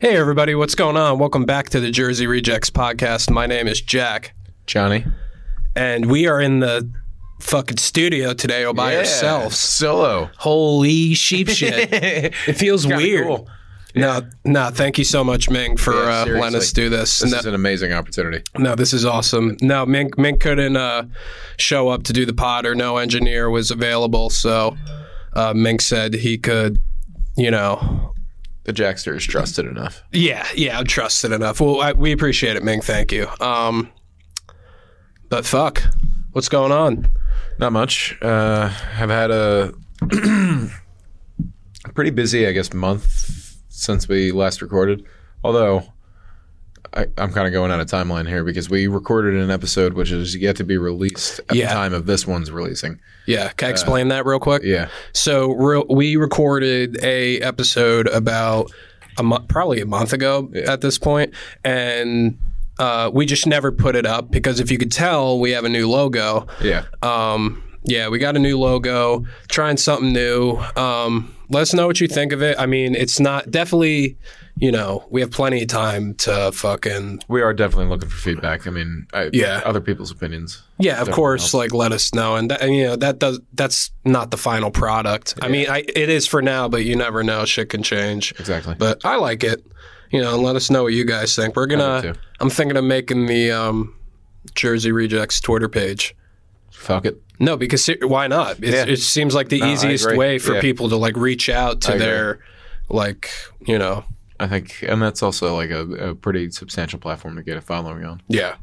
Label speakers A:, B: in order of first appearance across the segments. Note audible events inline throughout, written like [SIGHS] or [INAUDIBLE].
A: Hey, everybody, what's going on? Welcome back to the Jersey Rejects podcast. My name is Jack,
B: Johnny.
A: and we are in the fucking studio today all by
B: Yeah,
A: ourselves.
B: Solo.
A: Holy
B: [LAUGHS]
A: sheep shit. it feels weird.
B: cool.
A: No, no, thank you so much, Ming, for
B: Yeah,
A: uh, letting us
B: seriously.
A: do this.
B: This
A: no,
B: is an amazing opportunity.
A: no, this is awesome. No, Ming, Ming couldn't uh, show up to do the pod, or no engineer was available. So uh, Ming said he could, you know,
B: The Jackster is trusted enough.
A: Yeah, yeah, I'm trusted enough. Well, I, we appreciate it, Ming. Thank you. Um, but fuck, what's going on?
B: Not much. Uh, I've had a [CLEARS THROAT] pretty busy, I guess, month since we last recorded. Although I, I'm kind of going out of timeline here because we recorded an episode which is yet to be released at
A: Yeah.
B: the time of this one's releasing.
A: Yeah, can I explain that real quick?
B: Yeah.
A: So real, we recorded a episode about a mo- probably a month ago at this point, and uh, we just never put it up because if you could tell, we have a new logo.
B: Yeah.
A: Um, yeah, we got a new logo, trying something new. Um, let us know what you think of it. I mean, it's not definitely, you know, we have plenty of time to fucking
B: we are definitely looking for feedback. I mean, I,
A: Yeah.
B: other people's opinions.
A: yeah, of course, like let us know. And that, and, you know that does that's not the final product. I mean, I, it is for now, but you never know. Shit can change.
B: Exactly.
A: But I like it. You know, and let us know what you guys think. We're
B: do
A: gonna.
B: too.
A: I'm thinking of making the um, Jersey Rejects Twitter page.
B: Fuck it.
A: No, because se- why not? It's,
B: Yeah.
A: It seems like the
B: I
A: easiest
B: agree.
A: way for
B: Yeah.
A: people to like reach out to
B: agree.
A: their, like you know,
B: I think, and that's also like a, a pretty substantial platform to get a following on.
A: yeah,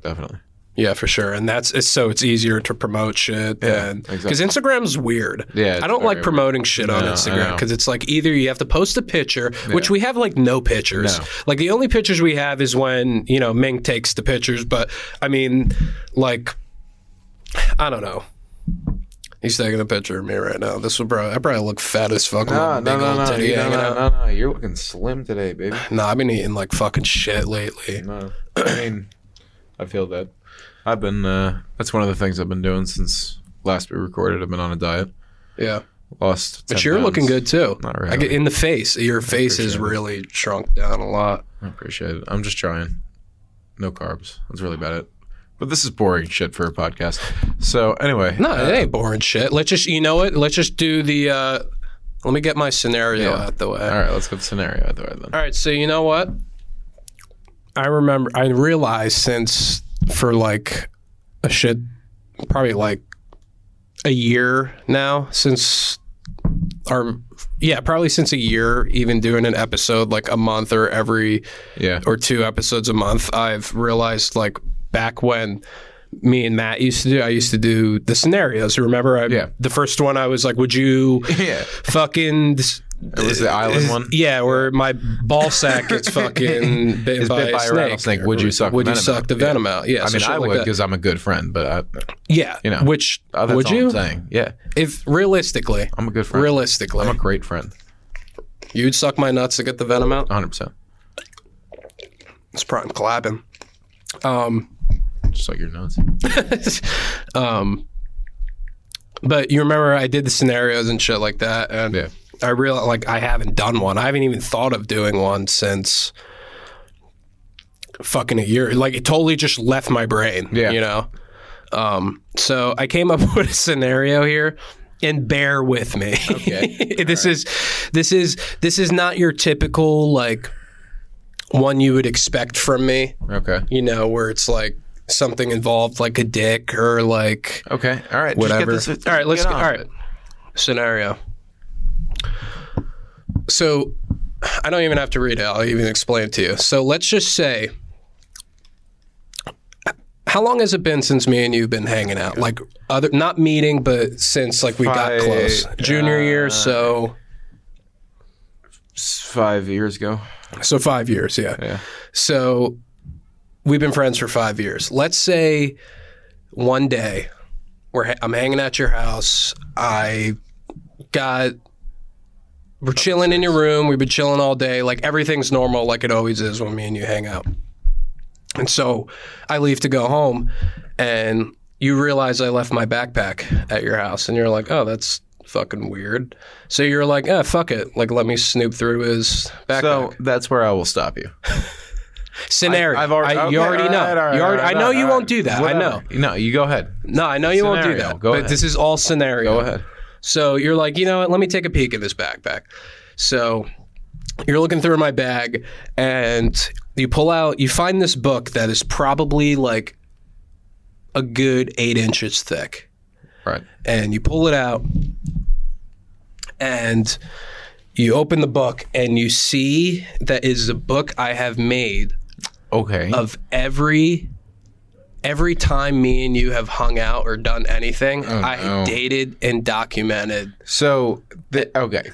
B: Definitely.
A: yeah, for sure. And that's it's, so it's easier to promote shit
B: Yeah,
A: than because
B: exactly.
A: Instagram's weird.
B: Yeah, it's
A: I don't
B: very
A: like promoting shit on
B: No, I
A: Instagram
B: know.
A: because it's like either you have to post a picture, which we have like no pictures.
B: No.
A: Like the only pictures we have is when you know Ming takes the pictures. But I mean, like, I don't know. He's taking a picture of me right now. This would probably I probably look fat as fuck. with my big old titty
B: you-
A: hanging out.
B: no, no. You're looking slim today, baby.
A: No, I've been eating like fucking shit lately.
B: No, I mean, I feel that. I've been. Uh, that's one of the things I've been doing since last we recorded. I've been on a diet.
A: Yeah,
B: Lost. 10
A: but you're
B: pounds.
A: looking good too.
B: Not
A: I get
B: really.
A: in the face. Your face has
B: appreciate it.
A: really shrunk down a lot.
B: I appreciate it. I'm just trying. No carbs. That's really about it. But this is boring shit for a podcast. So anyway, uh,
A: No, it ain't boring shit. Let's just, you know what? Let's just do the. uh Let me get my scenario
B: Yeah.
A: out the way.
B: all right. Let's go to scenario out the way then.
A: All right, so you know what? I remember, I realized since for like a shit, probably like a year now, since our, yeah, probably since a year, even doing an episode like a month or every
B: Yeah. [LAUGHS]
A: or two episodes a month, I've realized like back when me and Matt used to do, I used to do the scenarios. Remember, I,
B: Yeah.
A: the first one I was like, would
B: [LAUGHS]
A: you
B: Yeah.
A: fucking.
B: It was the island one.
A: Yeah, where my ball sack
B: [LAUGHS]
A: gets fucking bitten by,
B: bit
A: a
B: by a
A: snake.
B: rattlesnake. Would you suck
A: Would
B: the
A: you
B: venom
A: suck
B: out?
A: the venom out? Yeah,
B: I
A: so
B: mean,
A: shit
B: I
A: like
B: would
A: that.
B: because I'm a good friend, but I,
A: yeah,
B: you know.
A: which
B: uh, that's
A: would
B: all
A: you?
B: I'm saying. Yeah,
A: If realistically,
B: I'm a good friend.
A: realistically,
B: I'm a great friend.
A: you'd suck my nuts to get the venom out.
B: 100. percent
A: It's prime clapping. Um,
B: Just like your nuts.
A: [LAUGHS] um, but you remember I did the scenarios and shit like that, and
B: Yeah.
A: I real like I haven't done one. I haven't even thought of doing one since fucking a year. Like it totally just left my brain.
B: Yeah.
A: you know. Um, so I came up [LAUGHS] with a scenario here. And bear with me.
B: Okay.
A: [LAUGHS] this is this is this is not your typical like one you would expect from me
B: Okay.
A: you know, where it's like something involved, like a dick or like
B: Okay. All right.
A: whatever.
B: Just get this,
A: all right, let's
B: get
A: get, all
B: on.
A: right. Scenario. So, I don't even have to read it. I'll even explain it to you. So let's just say, how long has it been since me and you've been hanging out? Like other, not meeting, but since like we got
B: Five, uh,
A: close, junior year. So,
B: Five years ago.
A: so five years. Yeah.
B: Yeah.
A: So we've been friends for five years. Let's say one day we're ha- I'm hanging at your house. I got we're chilling in your room. We've been chilling all day. Like everything's normal, like it always is when me and you hang out. And so I leave to go home, and you realize I left my backpack at your house, and you're like, "Oh, that's fucking weird. So you're like, ah, fuck it. Like, let me snoop through his backpack.
B: So that's where I will stop you.
A: Scenario.
B: I- I've already-
A: I- you
B: okay,
A: already know.
B: alright, alright,
A: you already, I
B: alright,
A: know you
B: alright.
A: won't do that. I know.
B: Whatever. No, you go ahead.
A: No, I know you won't do
B: Scenario.
A: that.
B: Go
A: but
B: ahead.
A: this is all scenario.
B: Go ahead.
A: So you're like, you know what? Let me take a peek at this backpack. So you're looking through my bag and you pull out, you find this book that is probably like a good eight inches thick.
B: Right.
A: And you pull it out and you open the book and you see that is a book I have made
B: Okay.
A: of every every time me and you have hung out or done anything i
B: Oh, no.
A: dated and documented
B: so, the, okay.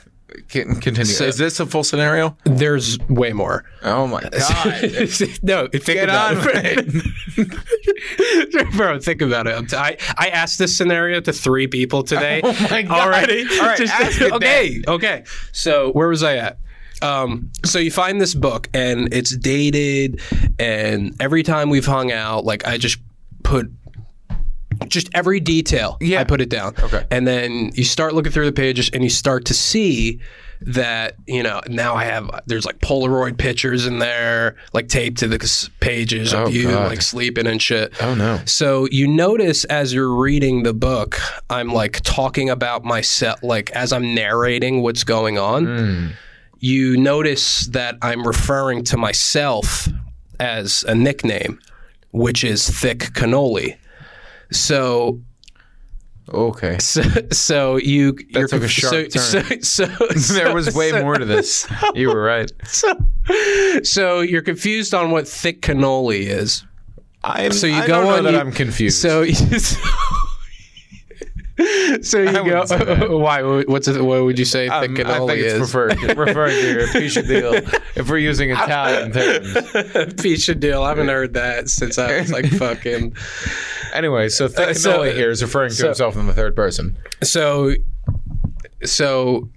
B: Can, continue.
A: So-
B: is this a full scenario?
A: there's way more
B: Oh
A: [LAUGHS]
B: my god.
A: no think
B: Get
A: about
B: on
A: it
B: with
A: [LAUGHS]
B: it.
A: bro think about it I'm t- I, I asked this scenario to three people today
B: [LAUGHS] Oh my God.
A: already
B: All right, ask it
A: okay okay so where was i at um, so you find this book and it's dated and every time we've hung out like i just put just every detail
B: Yeah.
A: i put it down
B: Okay.
A: and then you start looking through the pages and you start to see that you know now i have there's like polaroid pictures in there like taped to the s- pages
B: Oh,
A: of you
B: God.
A: like sleeping and shit
B: Oh no.
A: so you notice as you're reading the book, I'm like talking about myself, like as I'm narrating what's going on.
B: Hmm.
A: You notice that I'm referring to myself as a nickname, which is Thick Cannoli. So,
B: Okay.
A: so, so you you're
B: took a sharp
A: so,
B: turn.
A: So, so,
B: [LAUGHS] There was
A: [LAUGHS]
B: way
A: so-
B: more to this. You were right.
A: So, so you're confused on what Thick Cannoli is.
B: I'm,
A: So you
B: I
A: go
B: don't know
A: on,
B: that
A: you-
B: I'm confused.
A: So, [LAUGHS] so you go.
B: wouldn't say
A: [LAUGHS]
B: that.
A: Why? What's it, what would you say?
B: Um,
A: thick
B: I
A: cannoli
B: think it's
A: is
B: referred referred to your pizza deal if we're using Italian terms.
A: [LAUGHS] pizza deal. I haven't heard that since I was like
B: [LAUGHS]
A: fucking.
B: Anyway, so thick
A: Uh,
B: cannoli
A: so-
B: here is referring to himself in the third person.
A: So, so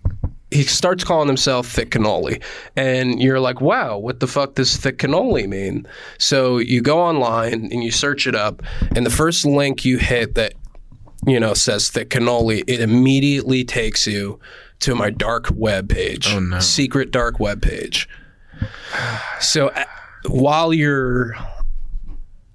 A: he starts calling himself thick cannoli, and you're like, wow, what the fuck does thick cannoli mean? So you go online and you search it up, and the first link you hit that you know says thick cannoli, it immediately takes you to my dark web page, oh,
B: no.
A: secret dark web page. So uh, while you're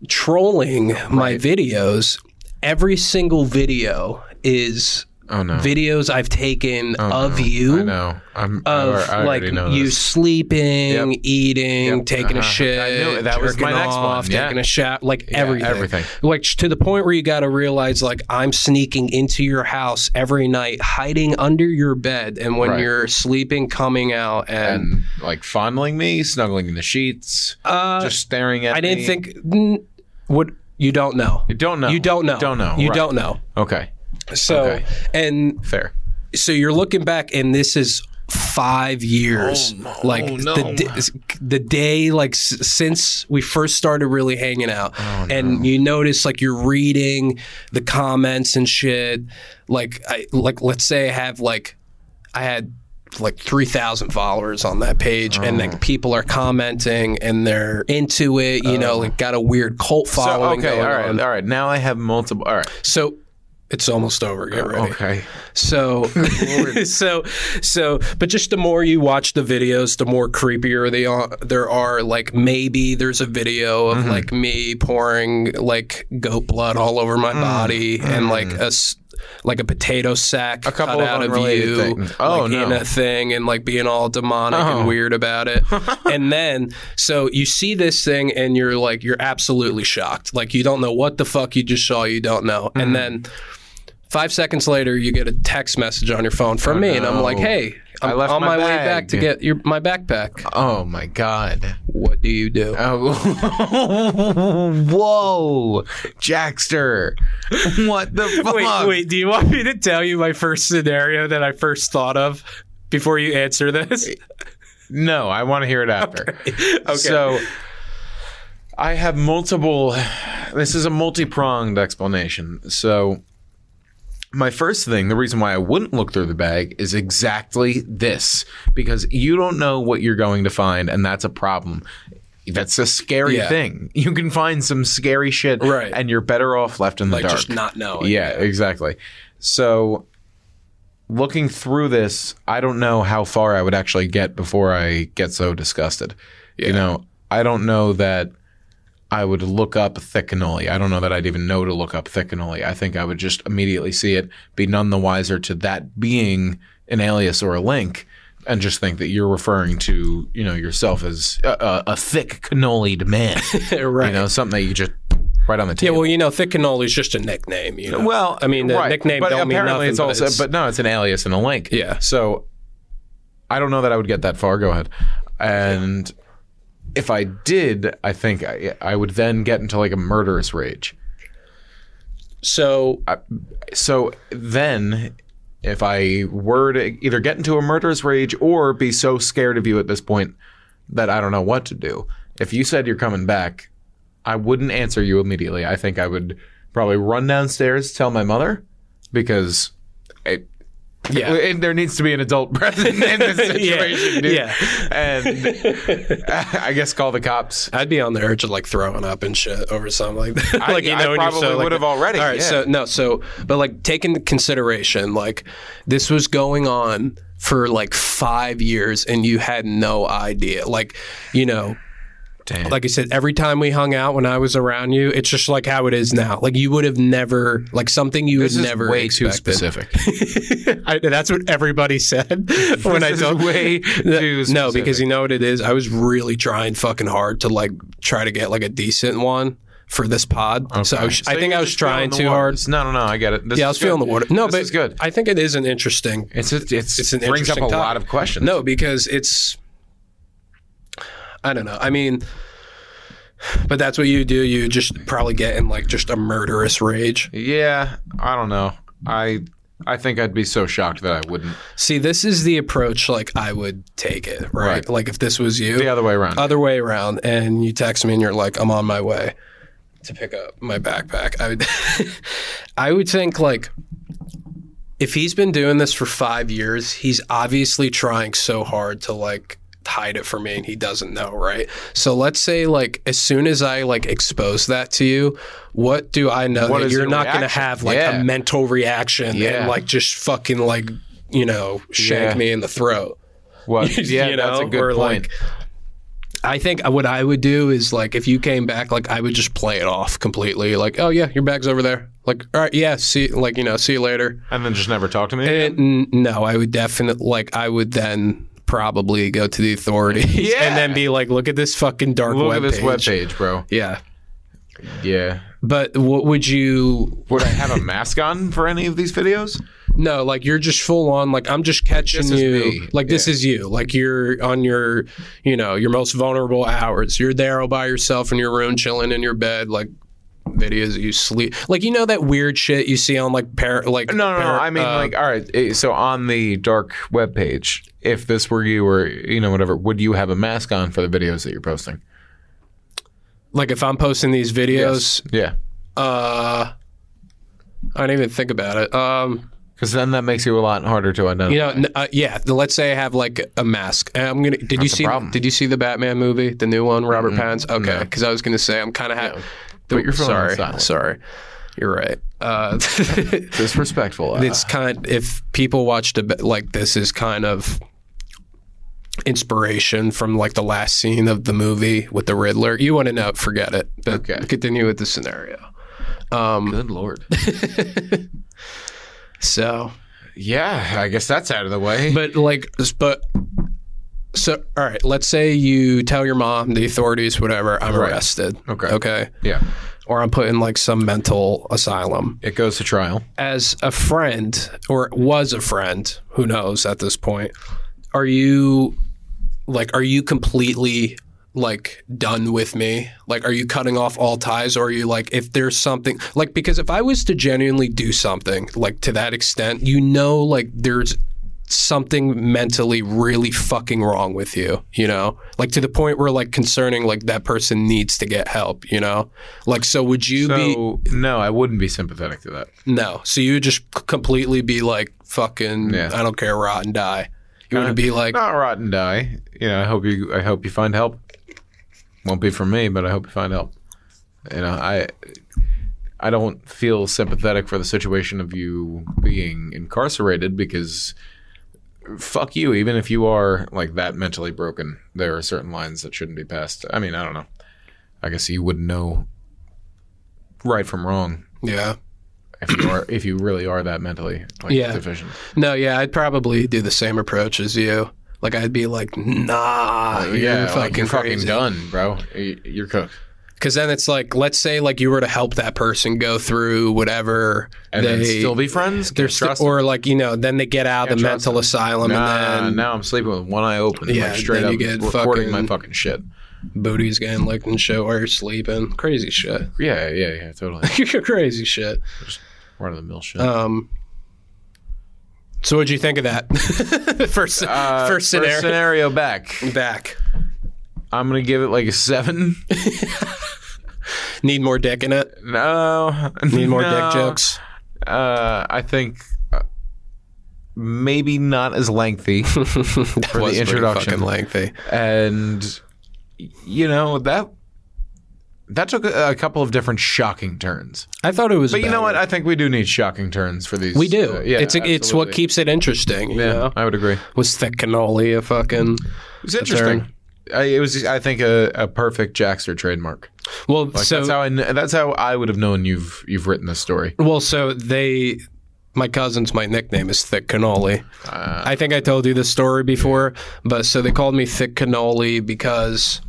A: trolling my videos, every single video is
B: Oh no.
A: videos I've taken of you
B: I know. I'm
A: of
B: I, I
A: like
B: already know
A: you
B: this.
A: sleeping, eating, taking a
B: Uh-huh.
A: shit,
B: I knew it. That was my
A: jerking
B: next one.
A: off,
B: Yeah.
A: taking a shot, like everything,
B: everything.
A: like to the point where you got to realize like I'm sneaking into your house every night, hiding under your bed, and when
B: Right.
A: you're sleeping, coming out, and,
B: and like fondling me, snuggling in the sheets,
A: uh,
B: just staring at
A: I didn't
B: me.
A: think n- what you don't know.
B: You don't know.
A: You don't know.
B: Don't know.
A: You
B: Right.
A: don't know.
B: Okay.
A: So
B: Okay.
A: and
B: Fair.
A: so you're looking back and this is five years
B: Oh, no.
A: like
B: Oh, no.
A: the, di- the day like s- since we first started really hanging out
B: Oh,
A: and you notice like you're reading the comments and shit like i like let's say i have like i had like 3000 followers on that page and
B: Oh.
A: like people are commenting and they're into it you know like got a weird cult
B: Oh. So,
A: following
B: okay.
A: going
B: All right.
A: on
B: All right. Now I have multiple. All right.
A: so it's almost over
B: Oh,
A: get ready
B: Okay.
A: so,
B: [LAUGHS]
A: [LAUGHS] so, so, but just the more you watch the videos, the more creepier they are. There are like maybe there's a video
B: Mm-hmm.
A: of like me pouring like goat blood all over
B: Mm.
A: my body and like a s- like a potato sack a
B: Mm-hmm. couple
A: cut
B: of
A: out of
B: unrelated
A: you,
B: things. Oh,
A: like, in
B: no.
A: a thing, and like being all demonic
B: Oh.
A: and weird about
B: [LAUGHS]
A: it. and then so you see this thing and you're like you're absolutely shocked, like you don't know what the fuck you just saw, you don't know,
B: Mm.
A: and then. Five seconds later, you get a text message on your phone from me, and I'm
B: no.
A: like, "Hey,
B: I
A: I'm
B: left
A: on
B: my
A: my, way
B: bag."
A: back to get your my backpack.
B: Oh my god.
A: What do you do?"
B: Oh, [LAUGHS] whoa, Jackster! What
A: [LAUGHS]
B: the fuck?
A: Do you want me to tell you my first scenario that I first thought of before you answer this?
B: No, I want to hear
A: [LAUGHS]
B: it after. So, I have multiple. This is a multi-pronged explanation. So, my first thing, the reason why I wouldn't look through the bag is exactly this because you don't know what you're going to find, and that's a problem. That's a scary
A: Yeah.
B: thing. You can find some scary shit,
A: Right.
B: and you're better off left in the
A: like
B: dark.
A: just not knowing.
B: Yeah, exactly. So looking through this, I don't know how far I would actually get before I get so disgusted. You know, I don't know that I would look up thick cannoli. I don't know that I'd even know to look up thick cannoli. I think I would just immediately see it, be none the wiser to that being an alias or a link, and just think that you're referring to you know yourself as a, a, a thick cannoli
A: [LAUGHS]
B: man.
A: right.
B: You know, something that you just right on the
A: yeah,
B: table.
A: well, you know, thick cannoli is just a nickname. You know?
B: Well,
A: I mean, the
B: right,
A: nickname
B: but
A: don't mean nothing.
B: apparently It's
A: but
B: also,
A: it's-
B: but no, it's an alias and a link.
A: Yeah.
B: So I don't know that I would get that far. Go ahead. And if I did, I think I, I would then get into like a murderous rage. [LAUGHS]
A: so
B: So then, if I were to either get into a murderous rage or be so scared of you at this point that I don't know what to do, if you said you're coming back, I wouldn't answer you immediately. I think I would probably run downstairs, tell my mother, because it,
A: Yeah.
B: it- there needs to be an adult [LAUGHS] present in this situation, dude.
A: [LAUGHS] Yeah. [LAUGHS]
B: And I guess call the cops.
A: I'd be on the urge of like throwing up and shit over something like that. [LAUGHS] like
B: I
A: when you're
B: probably would have already,
A: All right,
B: yeah.
A: so no, so but like take into consideration like this was going on for like five years and you had no idea. Like, you know,
B: Damn.
A: like I said, every time we hung out when I was around you, it's just like how it is now. Like you would have never like something you
B: this
A: would
B: is
A: never
B: way
A: expected. [LAUGHS]
B: too specific.
A: I, that's what everybody said [LAUGHS] when I
B: is
A: told [LAUGHS]
B: way too
A: No, because
B: specific.
A: you know what it is. I was really trying fucking hard to like try to get like a decent one for this pod. So I, was, I
B: So
A: think
B: you
A: I
B: were
A: was
B: just
A: trying
B: feeling the
A: too hard.
B: waters. No, no, no. I get it. This
A: Yeah, I
B: is
A: was feeling the
B: good.
A: water. No,
B: This
A: but
B: is good.
A: I think it is an interesting.
B: It's it's it's,
A: It's an
B: brings up a
A: interesting
B: lot
A: topic.
B: of questions.
A: No, because it's. I don't know. I mean, but that's what you do. You just probably get in like just a murderous rage.
B: Yeah, I don't know. I I think I'd be so shocked that I wouldn't.
A: See, this is the approach like I would take it, right?
B: Right.
A: Like if this was you.
B: The other way around.
A: other way around and you text me and you're like i'm on my way to pick up my backpack i would [LAUGHS] i would think like if he's been doing this for 5 years he's obviously trying so hard to like hide it from me and he doesn't know right so let's say like as soon as i like expose that to you what do i know
B: What
A: that
B: is
A: you're
B: your
A: not going to
B: reaction?
A: have like
B: Yeah.
A: a mental reaction
B: Yeah.
A: and like just fucking like you know shank
B: Yeah.
A: me in the throat
B: What?
A: [LAUGHS]
B: Yeah,
A: you
B: that's a
A: know,
B: good
A: or,
B: point.
A: like, I think what I would do is like if you came back, like I would just play it off completely, like, oh yeah, your bag's over there. Like, all right, yeah, see, like you know, see you later.
B: and then just never talk to me. again?
A: And n- no, I would definitely like I would then probably go to the authorities [LAUGHS]
B: Yeah.
A: and then be like, look at this fucking dark
B: Look
A: web
B: at this
A: page.
B: webpage, bro.
A: Yeah,
B: Yeah.
A: but what would you?
B: Would I have a mask on for any of these videos?
A: No, like you're just full on. Like I'm just catching
B: This is
A: you.
B: me.
A: Like this is you. Like you're on your, you know, your most vulnerable hours. You're there all by yourself in your room, chilling in your bed. Like videos that you sleep. Like you know that weird shit you see on like parent. Like
B: No, no, no.
A: par-
B: I mean,
A: uh,
B: like, all right. eh, So on the dark webpage, if this were you or you know whatever, would you have a mask on for the videos that you're posting?
A: like if I'm posting these videos,
B: Yeah.
A: uh, I don't even think about it. Um,
B: Because then that makes you a lot harder to identify.
A: you know, n- uh, yeah. the- Let's say I have like a mask. And I'm gonna. Did you
B: a
A: see?
B: problem.
A: Did you see the Batman movie, the new one, Robert Pattinson? Okay, because I was gonna say I'm kind of happy.
B: But your phone
A: sorry,
B: on silent.
A: sorry, you're right. Uh, [LAUGHS]
B: disrespectful. Uh,
A: it's kind. If people watched a bit like this, is kind of inspiration from like the last scene of the movie with the Riddler. You want to know? Forget it. But
B: Okay.
A: continue with the scenario. Um,
B: good lord.
A: So.
B: yeah, I guess that's out of the way.
A: But like, s- but so all right. Let's say you tell your mom, the authorities, whatever. I'm arrested.
B: Okay.
A: Okay.
B: yeah,
A: Or I'm put in like some mental asylum.
B: it goes to trial.
A: As a friend, or was a friend, who knows at this point? Are you like? Are you completely? like done with me like are you cutting off all ties or are you like if there's something like because if i was to genuinely do something like to that extent you know like there's something mentally really fucking wrong with you, you know? Like to the point where like concerning like that person needs to get help, you know? Like so would you be
B: So no, I wouldn't be sympathetic to that.
A: no. So you would just c- completely be like fucking
B: Yeah.
A: I don't care rot and die. You
B: Uh,
A: would be like
B: Not rot and die. You know, I hope you. I hope you find help. Won't be for me, but I hope you find help. You know, I. I don't feel sympathetic for the situation of you being incarcerated because fuck you. Even if you are like that mentally broken, there are certain lines that shouldn't be passed. I mean, I don't know. I guess you wouldn't know right from wrong
A: Yeah.
B: if you are if you really are that mentally like
A: Yeah.
B: deficient.
A: No, yeah, I'd probably do the same approach as you. Like I'd be like, nah, Uh, you're
B: yeah,
A: fucking,
B: like you're fucking
A: crazy.
B: done, bro. Y- You're cooked.
A: Because then it's like, let's say like you were to help that person go through whatever
B: And
A: they
B: then still be friends.
A: they're
B: Can't
A: still,
B: trust
A: or like you know, then they get out of the
B: Can't trust
A: mental
B: them.
A: asylum
B: Nah,
A: and then
B: now I'm sleeping with one eye open.
A: Yeah,
B: like straight
A: then
B: up
A: you get
B: recording
A: fucking-
B: my fucking shit.
A: booties getting licked and shit while you're sleeping. Crazy shit. [LAUGHS]
B: Yeah, yeah, yeah, totally.
A: Crazy shit.
B: Run of the mill shit.
A: Um. So what'd you think of that? [LAUGHS] first, [LAUGHS]
B: Uh,
A: first scenario.
B: First scenario back.
A: Back.
B: I'm gonna give it like a seven.
A: [LAUGHS] Need more dick in it.
B: No,
A: Need more
B: no.
A: dick
B: [LAUGHS]
A: jokes.
B: Uh, I think uh, maybe not as
A: [LAUGHS]
B: lengthy,
A: that
B: the
A: was pretty
B: introduction.
A: fucking lengthy.
B: and you know that that took a, a couple of different shocking turns.
A: I thought it was.
B: But you know
A: better.
B: what? I think we do need shocking turns for these.
A: We do.
B: uh, yeah,
A: it's it's what
B: absolutely.
A: keeps it interesting. You
B: Yeah,
A: know?
B: I would agree.
A: Was thick cannoli a fucking?
B: It was interesting. I, it was, I think, a, a perfect Jackster trademark.
A: Well,
B: Like,
A: so
B: that's how I. kn- That's how I would have known you've you've written this story.
A: well, so they. My cousin's my nickname is Thick Cannoli.
B: Ah.
A: I think I told you this story before, but so they called me Thick Cannoli because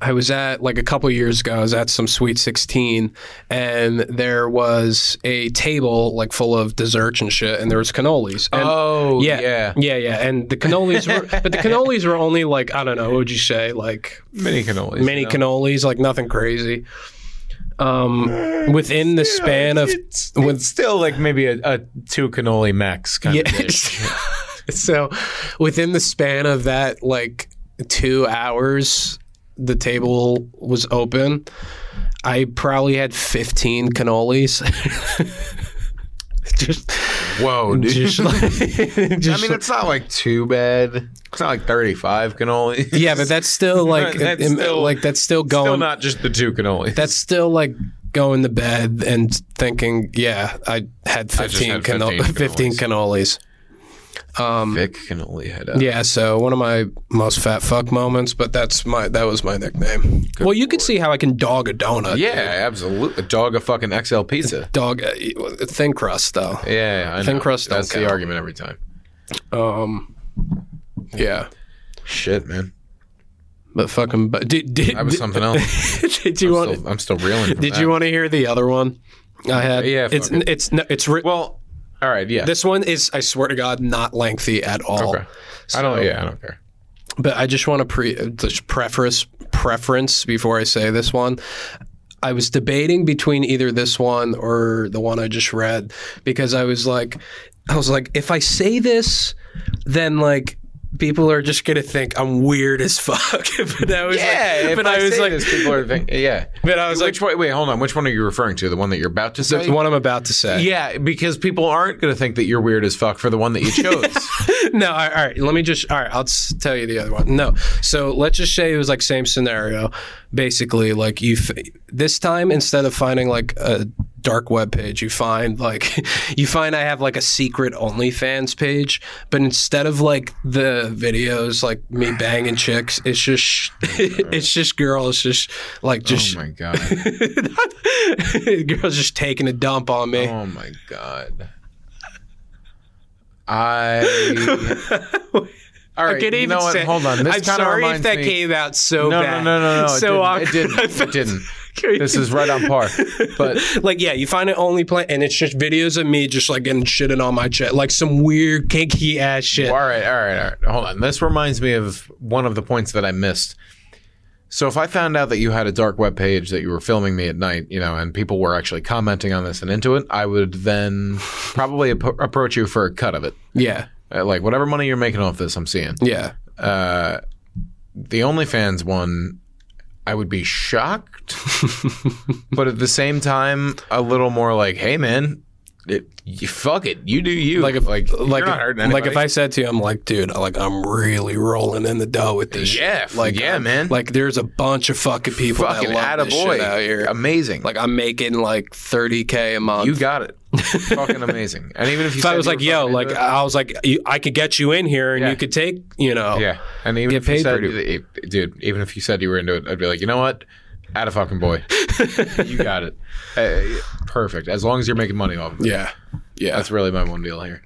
A: I was at like a couple years ago. I was at some Sweet Sixteen, and there was a table like full of desserts and shit, and there was cannolis. And
B: Oh
A: yeah, yeah, yeah. And the cannolis were, but
B: [LAUGHS]
A: the cannolis were only like I don't know. What would you say? Like
B: mini cannolis.
A: mini
B: you know?
A: cannolis, like nothing crazy. Um, within the span of
B: It's, it's still like maybe a, a two cannoli max kind of dish.
A: [LAUGHS] so within the span of that like two hours, the table was open. I probably had fifteen cannolis. [LAUGHS] just,
B: Whoa, dude.
A: just
B: [LAUGHS]
A: like,
B: I mean, it's not like too bad. It's not like thirty-five cannolis.
A: yeah, but that's still like
B: That's
A: im-
B: still-
A: like that's still going.
B: [LAUGHS] still not just the two cannolis.
A: that's still like going to bed and thinking, yeah, I had 15,
B: had
A: canno-
B: 15
A: 15, cannolis.
B: Thick cannoli head up.
A: Yeah, so one of my most fat fuck moments, but that's my that was my nickname. well, you can see how I can dog a donut.
B: Yeah, absolutely. Dog a fucking XL pizza.
A: Dog a thin crust though.
B: Yeah, I know.
A: Thin crust don't
B: That's the
A: count.
B: argument every time.
A: Um yeah.
B: Shit, man.
A: But fucking but did did,
B: That was
A: [LAUGHS]
B: something else.
A: did you want
B: Still- I'm still reeling. From
A: did
B: that.
A: you want to hear the other one? I had
B: Yeah, fuck
A: it's
B: it.
A: it's no, it's ri-
B: Well, all right. Yeah.
A: this one is I swear to god not lengthy at all.
B: Okay. I don't. Yeah, I don't care.
A: But I just want to pre just preface preference before I say this one. I was debating between either this one or the one I just read because I was like, I was like, if I say this, then like people are just gonna think I'm weird as [LAUGHS] fuck. but I was like, but I, was like,
B: people are thinking, yeah.
A: but I was like,
B: which one, wait, hold on. Which one are you referring to? The one that you're about to say?
A: the one I'm about to say.
B: yeah, because people aren't going to think that you're weird as fuck for the one that you chose.
A: [LAUGHS] no, all right, all right. Let me just. All right, I'll s- tell you the other one. No, so let's just say it was like same scenario. Basically, like you f- this time instead of finding like a dark web page, you find like [LAUGHS] you find I have like a secret OnlyFans page, but instead of like the videos like me banging chicks, it's just sh- [LAUGHS] it's just girls just like
B: [LAUGHS] oh
A: just
B: my god.
A: [LAUGHS] girls just taking a dump on me.
B: Oh my god. I.
A: [LAUGHS]
B: All right.
A: I could
B: you
A: even
B: know what?
A: say,
B: Hold on. This
A: I'm
B: kinda
A: sorry if
B: reminds
A: that
B: me-
A: came out so
B: No, no,
A: bad.
B: no, no, no.
A: So
B: it
A: awkward.
B: didn't. It didn't. It
A: [LAUGHS]
B: didn't. This is right on par. But
A: like yeah, you find it only play, and it's just videos of me just like getting shitted on my chest, like some weird kinky ass shit.
B: All right, all right, all right. Hold on. This reminds me of one of the points that I missed. So if I found out that you had a dark web page that you were filming me at night, you know, and people were actually commenting on this and into it, I
A: [LAUGHS]
B: would then probably ap- approach you for a cut of it.
A: Yeah,
B: Uh, Like whatever money you're making off this, I'm seeing. [LAUGHS]
A: yeah,
B: The OnlyFans one, I would be [LAUGHS] shocked, but at the same time, a little more like, "Hey, man, it, you, fuck it, you do you.
A: Like if like
B: you're
A: like
B: not
A: if,
B: hurting
A: like if
B: anybody.
A: I said to you, I'm like, dude, I- like I'm really rolling in the dough with this.
B: Yeah,
A: shit. like
B: yeah,
A: I'm-
B: man.
A: Like there's a bunch of fucking people
B: fucking
A: that love this shit
B: attaboy,
A: out here.
B: amazing.
A: like I'm making like 30k a month.
B: you got it,
A: [LAUGHS]
B: fucking amazing. And even if you,
A: so
B: said
A: I was
B: you
A: like,
B: were
A: yo,
B: fucking
A: like
B: into it-
A: I was like, you, I could get you in here and
B: Yeah.
A: you could take, you know,
B: yeah. And even
A: get
B: if you
A: paid
B: said,
A: for
B: it- dude, even if you said you were into it, I'd be like, you know what, add a fucking boy.
A: [LAUGHS]
B: you got it, Uh, perfect. As long as you're making money off of it.
A: yeah, yeah.
B: That's really my one deal here.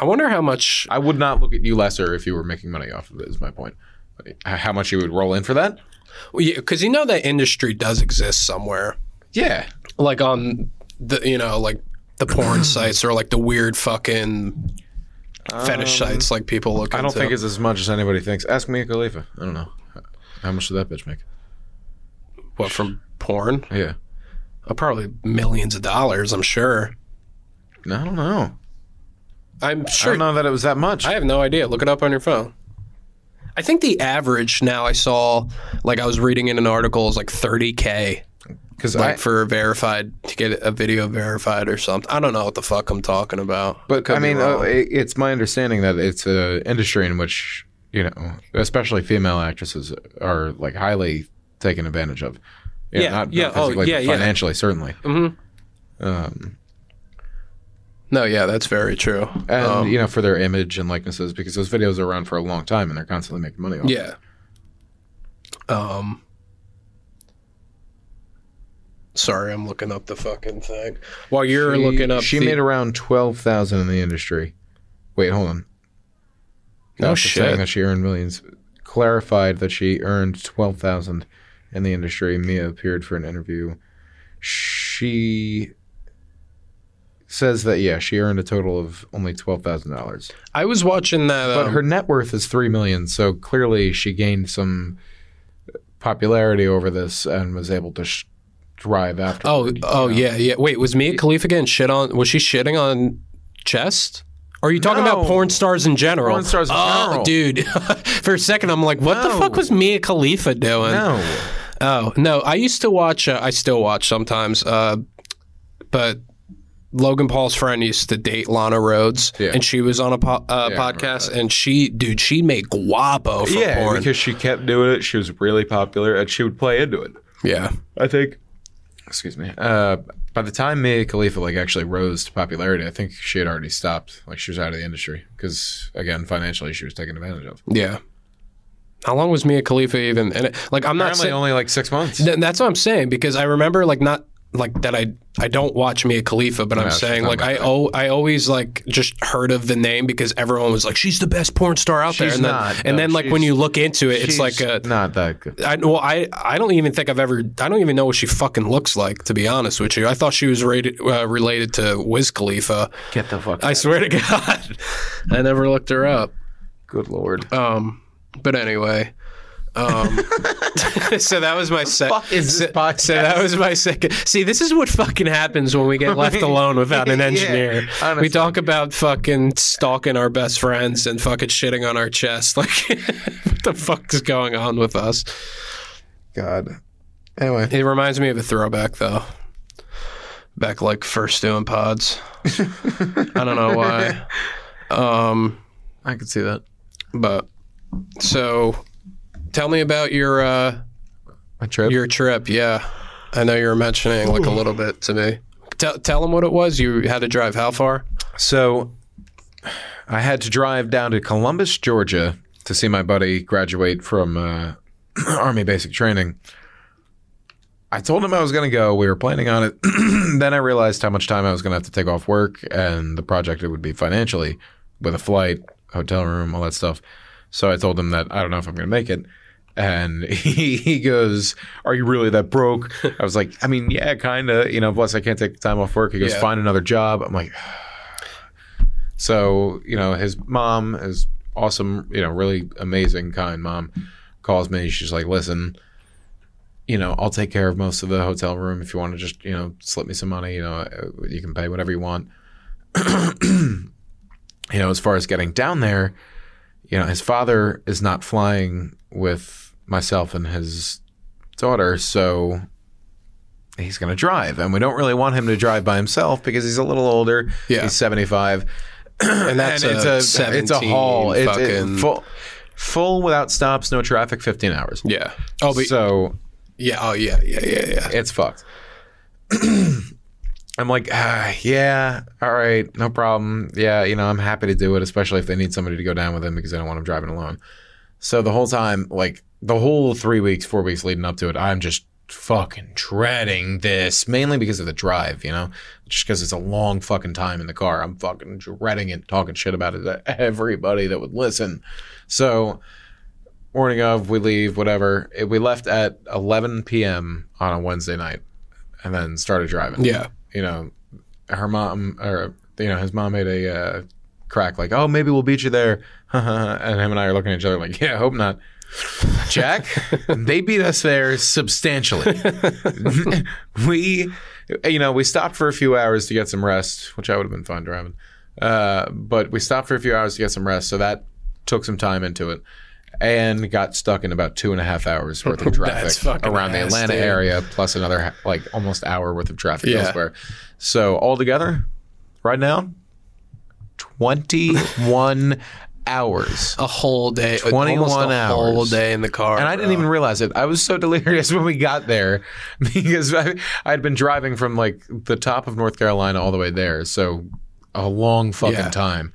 A: I wonder how much.
B: I would not look at you lesser if you were making money off of it. Is my point. H- How much you would roll in for that?
A: because you know that industry does exist somewhere,
B: Yeah,
A: like on the you know like the
B: [CLEARS THROAT]
A: porn sites or like the weird fucking fetish sites, like people look.
B: Um, I don't
A: into.
B: think it's as much as anybody thinks. Ask Mia Khalifa. I don't know. How much did that bitch make?
A: what from porn.
B: Yeah.
A: Uh, probably millions of dollars. I'm sure.
B: No, I don't know.
A: I'm
B: I
A: sure.
B: don't know that it was that much.
A: I have no idea. Look it up on your phone. I think the average now I saw, like I was reading in an article, is like 30k
B: Because
A: like for verified to get a video verified or something. I don't know what the fuck I'm talking about.
B: but
A: Could
B: I
A: be
B: mean, uh,
A: wrong.
B: it, it's my understanding that it's a industry in which you know, especially female actresses are like highly taken advantage of. You know,
A: Yeah,
B: Not,
A: yeah,
B: Not
A: oh,
B: physically,
A: yeah,
B: but
A: yeah.
B: Financially, certainly.
A: Mhm.
B: Um,
A: no, yeah, that's very true.
B: and
A: Um,
B: you know, for their image and likenesses, because those videos are around for a long time and they're constantly making money off.
A: yeah. Um. Sorry, I'm looking up the fucking thing while you're
B: She-
A: looking up.
B: She
A: the,
B: made around twelve thousand in the industry. Wait, hold on.
A: No
B: After
A: Oh, shit.
B: Saying that she earned millions, clarified that she earned twelve thousand in the industry. Mia appeared for an interview. She says that yeah, she earned a total of only twelve thousand dollars,
A: I was watching that.
B: but
A: um,
B: her net worth is three million. So clearly, she gained some popularity over this and was able to sh- thrive after.
A: oh, oh yeah, yeah. Wait, was Mia Khalifa getting shit on? Was she shitting on chest? Or are you talking
B: No.
A: about porn stars in general?
B: Porn stars in
A: oh,
B: general.
A: dude. [LAUGHS] For a second, I'm like, what the
B: No.
A: fuck was Mia Khalifa doing?
B: no.
A: Oh no, I used to watch. Uh, I still watch sometimes, uh, but Logan Paul's friend used to date Lana Rhodes,
B: Yeah.
A: and she was on a po- uh,
B: Yeah, I remember
A: podcast, and she, dude, she made guapo for
B: yeah,
A: porn.
B: because she kept doing it. She was really popular, and she would play into it.
A: yeah,
B: I think. Excuse me. Uh, by the time Mia Khalifa like actually rose to popularity, I think she had already stopped. Like she was out of the industry because again, financially, she was taken advantage of.
A: yeah. How long was Mia Khalifa even? And it, like, I'm not
B: Apparently,
A: saying
B: only like six months.
A: Th- that's what I'm saying because I remember like not like that I I don't watch Mia Khalifa, but I'm
B: she's
A: saying
B: not
A: like
B: my
A: I
B: type.
A: o- I always like just heard of the name because everyone was like she's the best porn star out there,
B: She's
A: and then
B: not,
A: and
B: no,
A: then like when
B: she's-
A: you look into it, it's
B: She's
A: like a
B: not that good.
A: I, well, I, I don't even think I've ever. I don't even know what she fucking looks like, to be honest with you. I thought she was rated, uh, related to Wiz Khalifa.
B: Get the fuck.
A: I swear to [LAUGHS] God, I never looked her up.
B: Good lord.
A: Um, but anyway, um, [LAUGHS] so that was my second.
B: Fuck is this
A: so, so that was my second. See, this is what fucking happens when we get left alone without an
B: [LAUGHS] Yeah,
A: engineer. we
B: honestly.
A: talk about fucking stalking our best friends and fucking shitting on our chest. [LAUGHS] Like, what the fuck is going on with us?
B: God. Anyway,
A: It reminds me of a throwback though. Back like first doing pods. I don't know
B: [LAUGHS]
A: why. Um
B: I could see that.
A: but so tell me about your uh
B: My trip.
A: your trip. Yeah. I know you were mentioning like a little bit to me. Tell tell them what it was. You had to drive how far?
B: So I had to drive down to Columbus, Georgia to see my buddy graduate from uh, [CLEARS THROAT] Army Basic Training. I told him I was going to go. We were planning on it. [CLEARS THROAT] then I realized how much time I was going to have to take off work and the project it would be financially with a flight, hotel room, all that stuff. So I told him that I don't know if I'm going to make it. And [LAUGHS] he, he goes, Are you really that broke? I was like, I mean, yeah, kind of. You know, plus I can't take time off work. He goes,
A: Yeah.
B: Find another job. I'm like, [SIGHS] so, you know, his mom is awesome, you know, really amazing, kind mom calls me. She's like, listen, you know, I'll take care of most of the hotel room if you want to just, you know, slip me some money, you know, uh, you can pay whatever you want. you know, as far as getting down there, you know, his father is not flying with myself and his daughter. So he's going to drive, and we don't really want him to drive by himself because he's a little older.
A: Yeah.
B: he's seventy five,
A: And that's
B: and
A: a,
B: it's a it's a
A: 17
B: haul. It- it-
A: Fucking,
B: full, full without stops, no traffic, fifteen hours.
A: yeah. Oh, but
B: so
A: yeah. Oh, yeah. Yeah. Yeah. Yeah.
B: it's fucked. [CLEARS THROAT] I'm like, ah, yeah, all right, no problem. Yeah, you know, I'm happy to do it, especially if they need somebody to go down with them because I don't want them driving alone. So the whole time, like the whole three weeks, four weeks leading up to it, I'm just fucking dreading this, mainly because of the drive, you know, just because it's a long fucking time in the car. I'm fucking dreading it, talking shit about it to [LAUGHS] everybody that would listen. So morning of, we leave, whatever. It, we left at 11 p.m. on a Wednesday night, and then started driving.
A: Yeah.
B: you know, her mom or you know his mom made a uh, crack like, "Oh, maybe we'll beat you there," [LAUGHS] and him and I are looking at each other like, "Yeah, hope not." Jack, they beat us there substantially. [LAUGHS] we, you know, we stopped for a few hours to get some rest, which I would have been fine driving. Uh, but we stopped for a few hours to get some rest, so that took some time into it, and got stuck in about two and a half hours worth of
A: [LAUGHS] That's
B: traffic
A: fucking
B: around the
A: ass,
B: Atlanta
A: dude.
B: area, plus another like almost hour worth of traffic
A: Yeah.
B: elsewhere. So altogether, right now, twenty-one hours.
A: A whole day.
B: 21
A: almost a Whole
B: hours.
A: day in the car.
B: And I
A: [LAUGHS]
B: didn't even realize it. I was so delirious when we got there because I, I'd been driving from like the top of North Carolina all the way there. So a long fucking
A: Yeah.
B: time.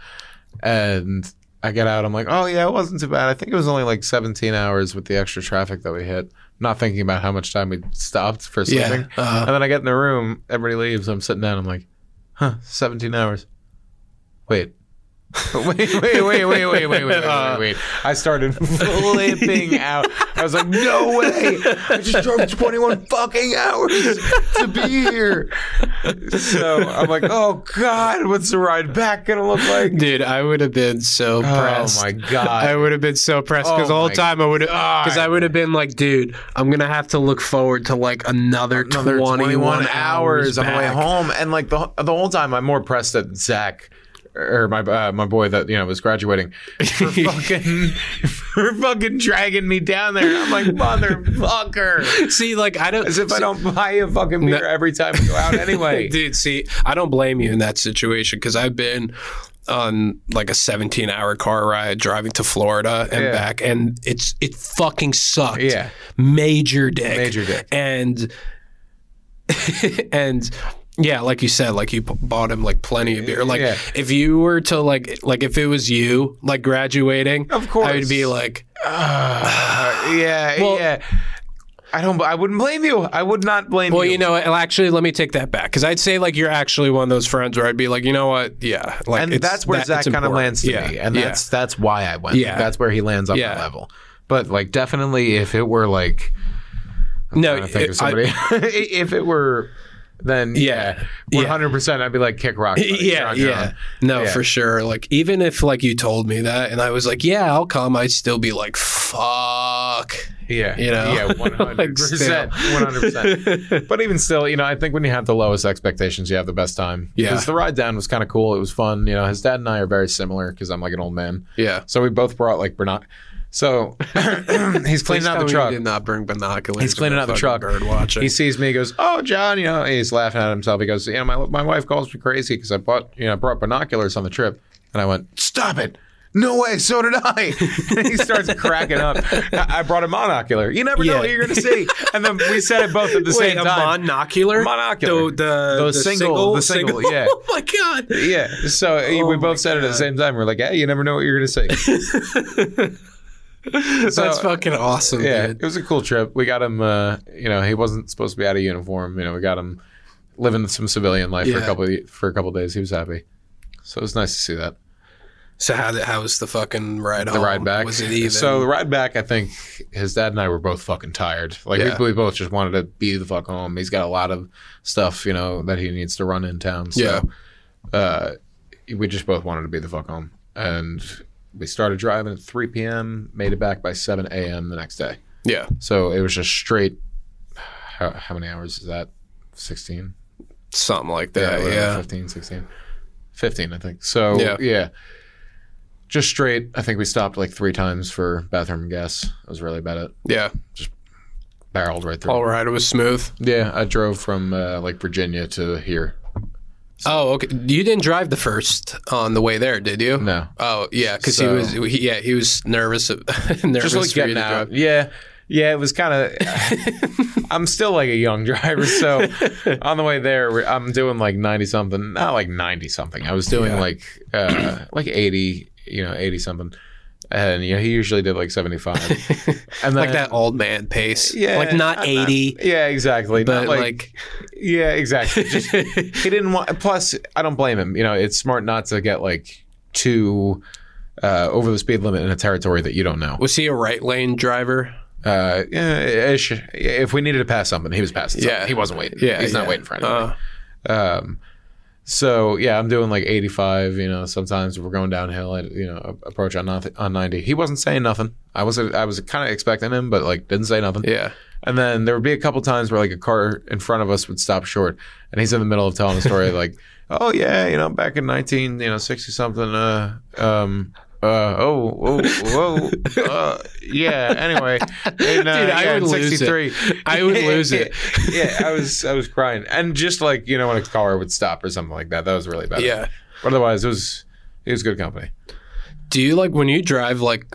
B: And I get out. I'm like, oh, yeah, it wasn't too bad. I think it was only like 17 hours with the extra traffic that we hit. Not thinking about how much time we stopped for
A: Yeah,
B: sleeping.
A: uh-huh.
B: and then I get in the room. Everybody leaves. I'm sitting down. I'm like, huh, 17 hours. Wait. wait, wait, wait, wait, wait, wait, wait, wait, wait, wait.
A: [LAUGHS]
B: I started flipping out. I was like, no way. I just drove 21 fucking hours [LAUGHS] to be here. So I'm like, oh God, what's the ride back going to look like?
A: Dude, I would have been so pressed.
B: Oh my God.
A: I would have been so pressed because
B: Oh
A: the whole
B: my
A: time I would have because
B: God.
A: I would have been like, dude, I'm gonna have to look forward to like another,
B: Another
A: 21, hours
B: 21 hours on the way
A: back.
B: home. And like the, the whole time, I'm more pressed at Zach. Or my uh, my boy that you know was graduating for [LAUGHS] fucking for fucking dragging me down there. I'm like
A: [LAUGHS]
B: motherfucker.
A: See, like I don't.
B: As if I don't buy a fucking beer every time we go out anyway.
A: [LAUGHS] Dude, see, I don't blame you in that situation because I've been on like a 17 hour car ride driving to Florida and
B: Yeah.
A: back, and it's it fucking sucked.
B: Yeah.
A: major dick,
B: Major dick.
A: and [LAUGHS] and. Yeah, like you said, like you p- bought him like plenty of beer. Like
B: Yeah.
A: if you were to like, like if it was you, like graduating,
B: Of course.
A: I would be like,
B: Uh, yeah, yeah. I don't. I wouldn't blame you. I would not blame
A: well,
B: you.
A: you know, what, actually, let me take that back because I'd say like you're actually one of those friends where I'd be like, you know what, yeah, like
B: and
A: it's-
B: that's where
A: that-
B: Zach
A: it's
B: kind of
A: important.
B: lands to
A: yeah.
B: me, and
A: yeah.
B: that's that's why I went.
A: Yeah.
B: that's where he lands on
A: Yeah.
B: my level. But like, definitely, if it were like,
A: No,
B: I think
A: it-
B: of somebody. if it were, then
A: Yeah.
B: yeah,
A: Yeah.
B: one hundred percent, I'd be [LAUGHS] like, kick rock.
A: I-
B: buddy.
A: yeah,
B: Rock on.
A: yeah. No,
B: Yeah.
A: for sure. Like even if like you told me that and I was like, yeah, I'll come, I'd still be like, fuck.
B: Yeah,
A: You [LAUGHS] know?
B: yeah, one hundred percent, one hundred
A: [LAUGHS]
B: percent. But even still, you know, I think when you have the lowest expectations, you have the best time.
A: Yeah.
B: because the ride down was kind of cool. It was fun. You know, his dad and I are very similar because I'm like an old man,
A: Yeah.
B: so we both brought like binoc. So
A: [COUGHS]
B: he's
A: Please
B: cleaning out
A: tell
B: the
A: me you
B: truck.
A: Did not bring binoculars.
B: He's
A: to
B: cleaning
A: go
B: out the
A: fucking
B: truck.
A: Bird watching.
B: He sees me, he goes, "Oh, John," you know, he's laughing at himself. He goes, "You know, my my wife calls me crazy because I bought, you know, brought binoculars on the trip," and I went, "Stop it." No way, so did I. [LAUGHS] And
A: [LAUGHS]
B: he starts cracking up. I I brought a monocular. You never
A: Yeah.
B: know what you're going to see. And then we said it both at the
A: Wait,
B: same
A: a
B: time.
A: monocular.
B: Monocular.
A: The the,
B: The
A: the
B: single- the single, yeah.
A: [LAUGHS] oh my god.
B: yeah. So eh, we
A: Oh my
B: both said it at the same time. We're like, hey, you never know what you're
A: [LAUGHS]
B: going to see. So-
A: That's fucking awesome,
B: Yeah,
A: dude.
B: it was a cool trip. We got him. Uh, you know, he wasn't supposed to be out of uniform. You know, we got him living some civilian life for
A: Yeah.
B: a couple of, for a couple of days. He was happy, so it was nice to see that.
A: So how did, how was the fucking ride
B: The ride back
A: Was it even?
B: So the ride back, I think his dad and I were both fucking tired. Like
A: Yeah.
B: we, we both just wanted to be the fuck home. He's got a lot of stuff, you know, that he needs to run in town. So,
A: Yeah.
B: Uh, we just both wanted to be the fuck home, and we started driving at 3 p.m. Made it back by 7 a.m. the next day.
A: yeah,
B: So it was just straight. How, how many hours is that? 16?
A: something like that.
B: whatever,
A: Yeah,
B: 15, 16. 15, I think. So,
A: Yeah.
B: yeah. Just straight. I think we stopped like three times for bathroom gas. I was really bad at
A: yeah.
B: barreled right through.
A: All right, it was smooth.
B: Yeah, I drove from uh, like Virginia to here.
A: Oh, okay. You didn't drive the first on the way there, did you?
B: No.
A: Oh, yeah, because
B: So-
A: he was he, yeah he was nervous [LAUGHS] nervous
B: Just like
A: for you
B: getting
A: to
B: out.
A: drive.
B: Yeah. Yeah, it was kind
A: [LAUGHS]
B: of. I'm still like a young driver, so on the way there, we- I'm doing like 90 something, not like 90 something. I was doing
A: Yeah.
B: like
A: [CLEARS THROAT]
B: uh, like 80, you know, 80 something, and you know, he usually did like 75,
A: [LAUGHS]
B: and then,
A: Like that old man pace.
B: Yeah,
A: Like not
B: I'm
A: eighty,
B: Yeah, exactly. Not
A: but like,
B: yeah,
A: [LAUGHS]
B: exactly. [LAUGHS] Just, he didn't want. Plus, I don't blame him. You know, it's smart not to get like too uh, over the speed limit in a territory that you don't know.
A: was he a right lane driver?
B: Uh, yeah, ish. If we needed to pass something, he was passing.
A: Yeah.
B: Yeah, he wasn't waiting.
A: Yeah,
B: he's not
A: yeah.
B: waiting for anything.
A: Uh,
B: Um, so yeah, I'm doing like 85. You know, sometimes we're going downhill. I you know approach on nothing, on 90. He wasn't saying nothing. I was I was kind of expecting him, but like didn't say nothing.
A: yeah.
B: And then there would be a couple times where like a car in front of us would stop short, and he's in the middle of telling a story like, [LAUGHS] "Oh yeah, you know, back in nineteen, you know, sixty something, uh, um, uh, oh, whoa, whoa, uh, yeah." Anyway, in, uh,
A: Dude, I
B: yeah, in
A: would lose it.
B: 63.
A: I would lose it.
B: [LAUGHS] yeah, I was, I was crying, and just like you know, when a car would stop or something like that, that was really bad.
A: Yeah.
B: But otherwise, it was, it was good company.
A: Do you like when you drive like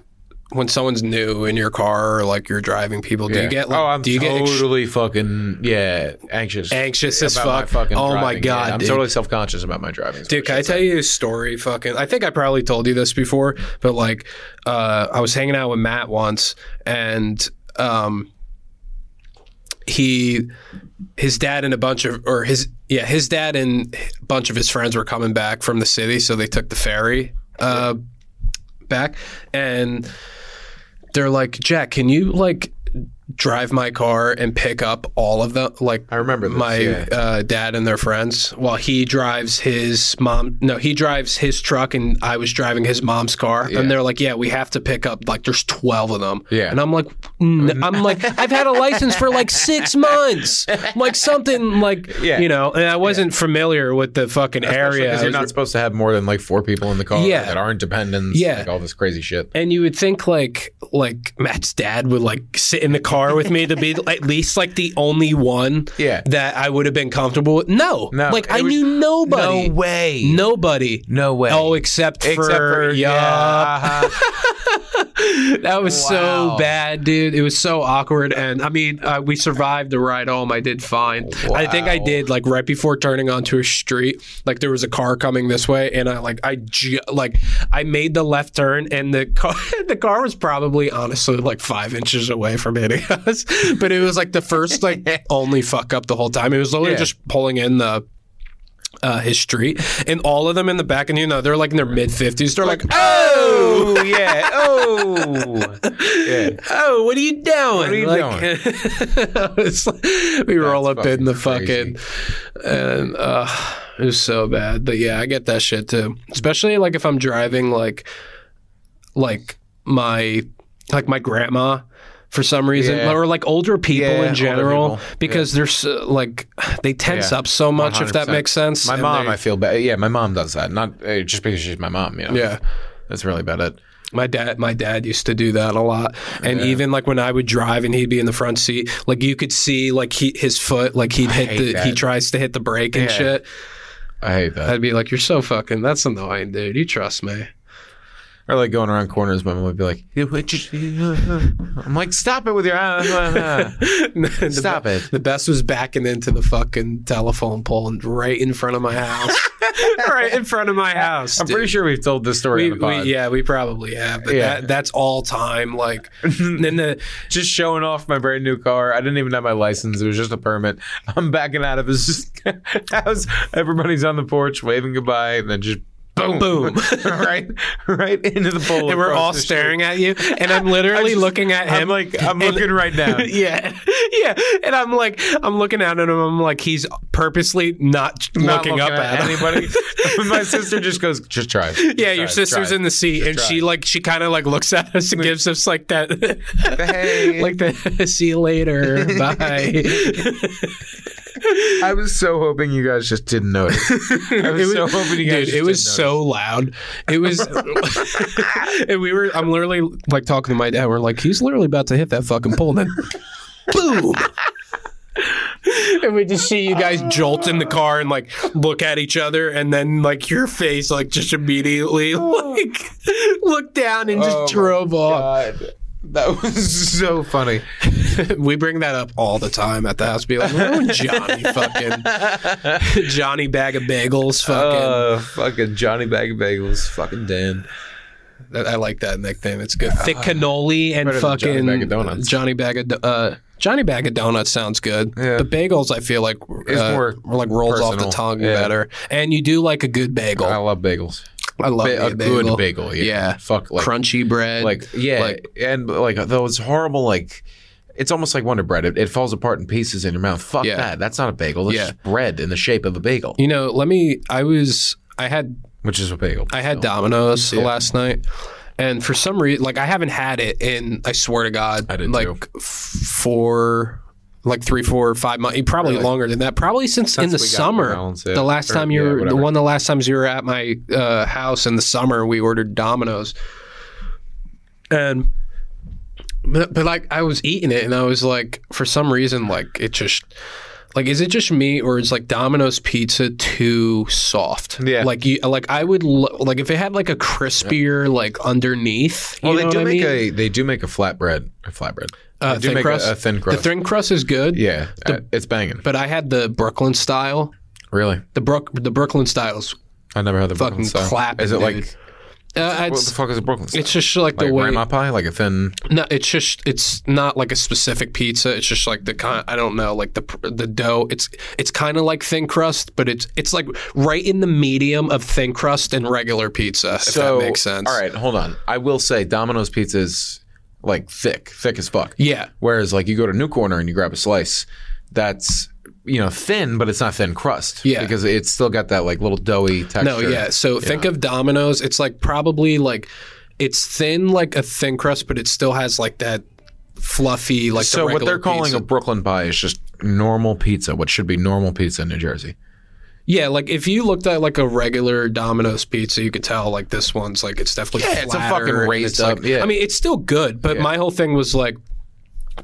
A: when someone's new in your car or like you're driving people? Do
B: Yeah.
A: you get like
B: oh, I'm
A: do you get ext-
B: totally fucking yeah anxious,
A: Anxious as
B: about my
A: fuck.
B: fucking
A: Oh my
B: driving.
A: God,
B: I'm
A: dude.
B: totally self conscious about my driving. is
A: Dude,
B: what
A: can I
B: should
A: tell you a story? Fucking, I think I probably told you this before, but like, uh, I was hanging out with Matt once, and um, he, his dad and a bunch of, or his, yeah, his dad and a bunch of his friends were coming back from the city, so they took the ferry uh, back, and they're like, Jack, can you like drive my car and pick up all of them, like
B: I remember this,
A: my
B: yeah.
A: uh, dad and their friends while he drives his mom no he drives his truck and i was driving his mom's car and they're like yeah we have to pick up like there's 12 of them
B: Yeah. Mm-hmm.
A: and i'm like n- i'm like i've had a license for like
B: [LAUGHS]
A: six months like something like
B: Yeah.
A: you know and i wasn't familiar with the fucking
B: Especially
A: area
B: 'cause
A: I
B: you're
A: was-
B: not supposed to have more than like four people in the car
A: Yeah.
B: that aren't dependents.
A: Yeah.
B: like all this crazy shit.
A: and you would think like like Matt's dad would like sit in the car with me to
B: [LAUGHS]
A: be at least like the only one
B: Yeah.
A: that I would have been comfortable with. No,
B: No,
A: like
B: it
A: I
B: was-
A: knew nobody.
B: way.
A: Nobody.
B: No way.
A: Oh, except for, yeah. [LAUGHS]
B: uh-huh.
A: That was so
B: Wow.
A: bad, dude. It was so awkward. And I mean, uh, we survived the ride home. I did fine. I think I
B: Oh, Wow.
A: did like right before turning onto a street. Like there was a car coming this way, and I like I ju- like I made the left turn, and the [LAUGHS] car the car was probably honestly like five inches away from hitting [LAUGHS] us. But it was like the first
B: [LAUGHS]
A: like only fuck up the whole time. It was literally
B: Yeah.
A: just pulling in the. Uh, his street and all of them in the back, and you know they're like in their mid fifties. They're like,
B: "Ah!"
A: "Oh,
B: oh yeah. Oh
A: [LAUGHS]
B: yeah.
A: Oh, what are you doing? What
B: are you
A: [LAUGHS] we roll up in the
B: fucking
A: fucking, and uh, it was so bad. But yeah, I get that shit too. Especially like if I'm driving, like, like my, like my grandma. For some reason,
B: Yeah.
A: or like older people
B: Yeah, older
A: in general,
B: people.
A: because they're so, like they tense
B: Yeah.
A: up so much. If that
B: 100%.
A: makes sense,
B: My
A: And
B: mom,
A: they-
B: I feel bad. Yeah, my mom does that. Not uh, just because she's my mom. You know.
A: yeah,
B: That's really about it.
A: My dad, my dad used to do that a lot, and even like when I would drive and he'd be in the front seat, like you could see like he his foot, like he'd hit
B: hate
A: the he
B: that.
A: tries to hit the brake and
B: Yeah.
A: shit.
B: I hate that.
A: I'd be like, "You're so fucking that's annoying, dude. You trust me? [LAUGHS]
B: Or like going around corners, my mom would be like, "Yeah, what you- [LAUGHS] uh, uh." "I'm like, stop it with your uh, uh, uh."
A: The
B: Stop
A: be-
B: it.
A: The best was backing into the fucking telephone pole and right in front of my
B: [LAUGHS]
A: house, right in front of my house.
B: I'm
A: dude.
B: pretty sure we've told this story
A: We,
B: on the
A: we,
B: pod.
A: yeah, we probably have, but
B: Yeah.
A: that, that's all time.
B: [LAUGHS]
A: Like, and then the
B: Just showing off my brand new car. I didn't even have my license. It was just a permit. [LAUGHS] I'm backing out of his [LAUGHS] house. Everybody's on the porch waving goodbye, and then just boom,
A: Boom.
B: [LAUGHS] right, right into the bowl.
A: and we're
B: across
A: all
B: the street.
A: staring at you, and
B: [LAUGHS]
A: I'm literally
B: just-
A: looking at him
B: I'm like, I'm
A: and-
B: looking right now.
A: [LAUGHS] yeah, yeah. And I'm like, I'm looking at him. I'm like, he's purposely not,
B: Not
A: looking, up at, him.
B: anybody. [LAUGHS] my sister just goes, just try.
A: [LAUGHS] Yeah, your sister's in the seat, and she like she kind of like looks at us and gives us like that, [LAUGHS]
B: Hey.
A: like the see you
B: [LAUGHS]
A: later, bye. [LAUGHS]
B: I was so hoping you guys just didn't
A: [LAUGHS]
B: notice. I was, so hoping you
A: Dude,
B: guys. just
A: it was
B: didn't
A: so loud. It was, [LAUGHS] and we were. I'm literally like talking to my dad. We're like, he's literally about to hit that fucking pole. Then [LAUGHS] boom. and we just see you guys jolt in the car and like look at each other, and then like your face like just immediately [LAUGHS] like look down and just
B: Oh my
A: drove off. [LAUGHS]
B: God. That was [LAUGHS] so funny.
A: we bring that up all the time at the house. Be like, remember when Johnny fucking [LAUGHS] Johnny bag of bagels fucking.
B: Uh, fucking Johnny Bag of Bagels. Fucking Dan.
A: That- I like that nickname. It's good. Thick cannoli and
B: Ah. Better than Johnny
A: fucking
B: Bag of Donuts.
A: Johnny Bag of Do- uh, Johnny Bag of Donuts sounds good.
B: Yeah.
A: The bagels, I feel like,
B: It's
A: uh,
B: more
A: like rolls off the
B: personal.
A: tongue
B: Yeah.
A: better. And you do like a good bagel.
B: I
A: I,
B: love bagels.
A: love
B: Ba-
A: me
B: a
A: a bagel.
B: good bagel. Yeah.
A: Yeah.
B: Fuck like
A: Crunchy bread.
B: like yeah,
A: like-
B: and like those horrible like. It's almost like Wonder Bread. It, it falls apart in pieces in your mouth. Fuck
A: Yeah.
B: that. That's not a bagel. That's
A: Yeah.
B: just bread in the shape of a bagel,
A: you know, let me. I was. I had
B: which is a bagel.
A: I had Domino's last night, and for some reason, like I haven't had it in. I swear to God,
B: I did
A: like
B: too.
A: f- four, like three, four, five months. Probably longer than that. Probably since in the
B: we got
A: summer.
B: Domino's, yeah.
A: the last
B: Or,
A: time
B: yeah,
A: you were the
B: whatever.
A: one. of The last times you were at my uh, house in the summer, we ordered Domino's, and. But, but like I was eating it and I was like for some reason like it just like is it just me or is like Domino's pizza too soft?
B: Yeah.
A: Like you like I would lo- like if it had like a crispier like underneath. You
B: well, they
A: know
B: do
A: what I
B: make
A: mean?
B: a they do make a flatbread, a flatbread.
A: Uh,
B: they do
A: thin
B: make
A: crust?
B: A, a thin
A: the
B: crust.
A: thin crust is good.
B: yeah, uh, it's banging.
A: But I had the Brooklyn style.
B: Really,
A: The Brook the Brooklyn styles.
B: I never had the
A: Fucking
B: Brooklyn style.
A: clapping,
B: Is it like
A: dude. Uh,
B: what the
A: it's
B: fuck is a Brooklyn style?
A: it's just like,
B: like
A: the way
B: grandma pie, like a thin.
A: no, it's just it's not like a specific pizza. It's just like the kind I don't know, like the pr- the dough. It's it's kind of like thin crust, but it's it's like right in the medium of thin crust and regular pizza. If
B: so
A: that makes sense.
B: All right, hold on. I will say Domino's pizza is like thick, thick as fuck.
A: Yeah.
B: Whereas like you go to New Corner and you grab a slice, that's you know thin, but it's not thin crust.
A: Yeah.
B: because it's still got that like little doughy texture.
A: No, yeah. So think of Domino's. It's like probably like it's thin, like a thin crust, but it still has like that fluffy, like
B: So
A: the
B: what they're
A: regular
B: calling
A: pizza.
B: a Brooklyn pie is just normal pizza, what should be normal pizza in New Jersey.
A: yeah, like if you looked at like a regular Domino's pizza, you could tell like this one's like it's definitely
B: Yeah, it's a
A: flatter,
B: fucking
A: and
B: raised
A: it's, like-
B: up, yeah.
A: I mean, it's still good, but my whole thing was like.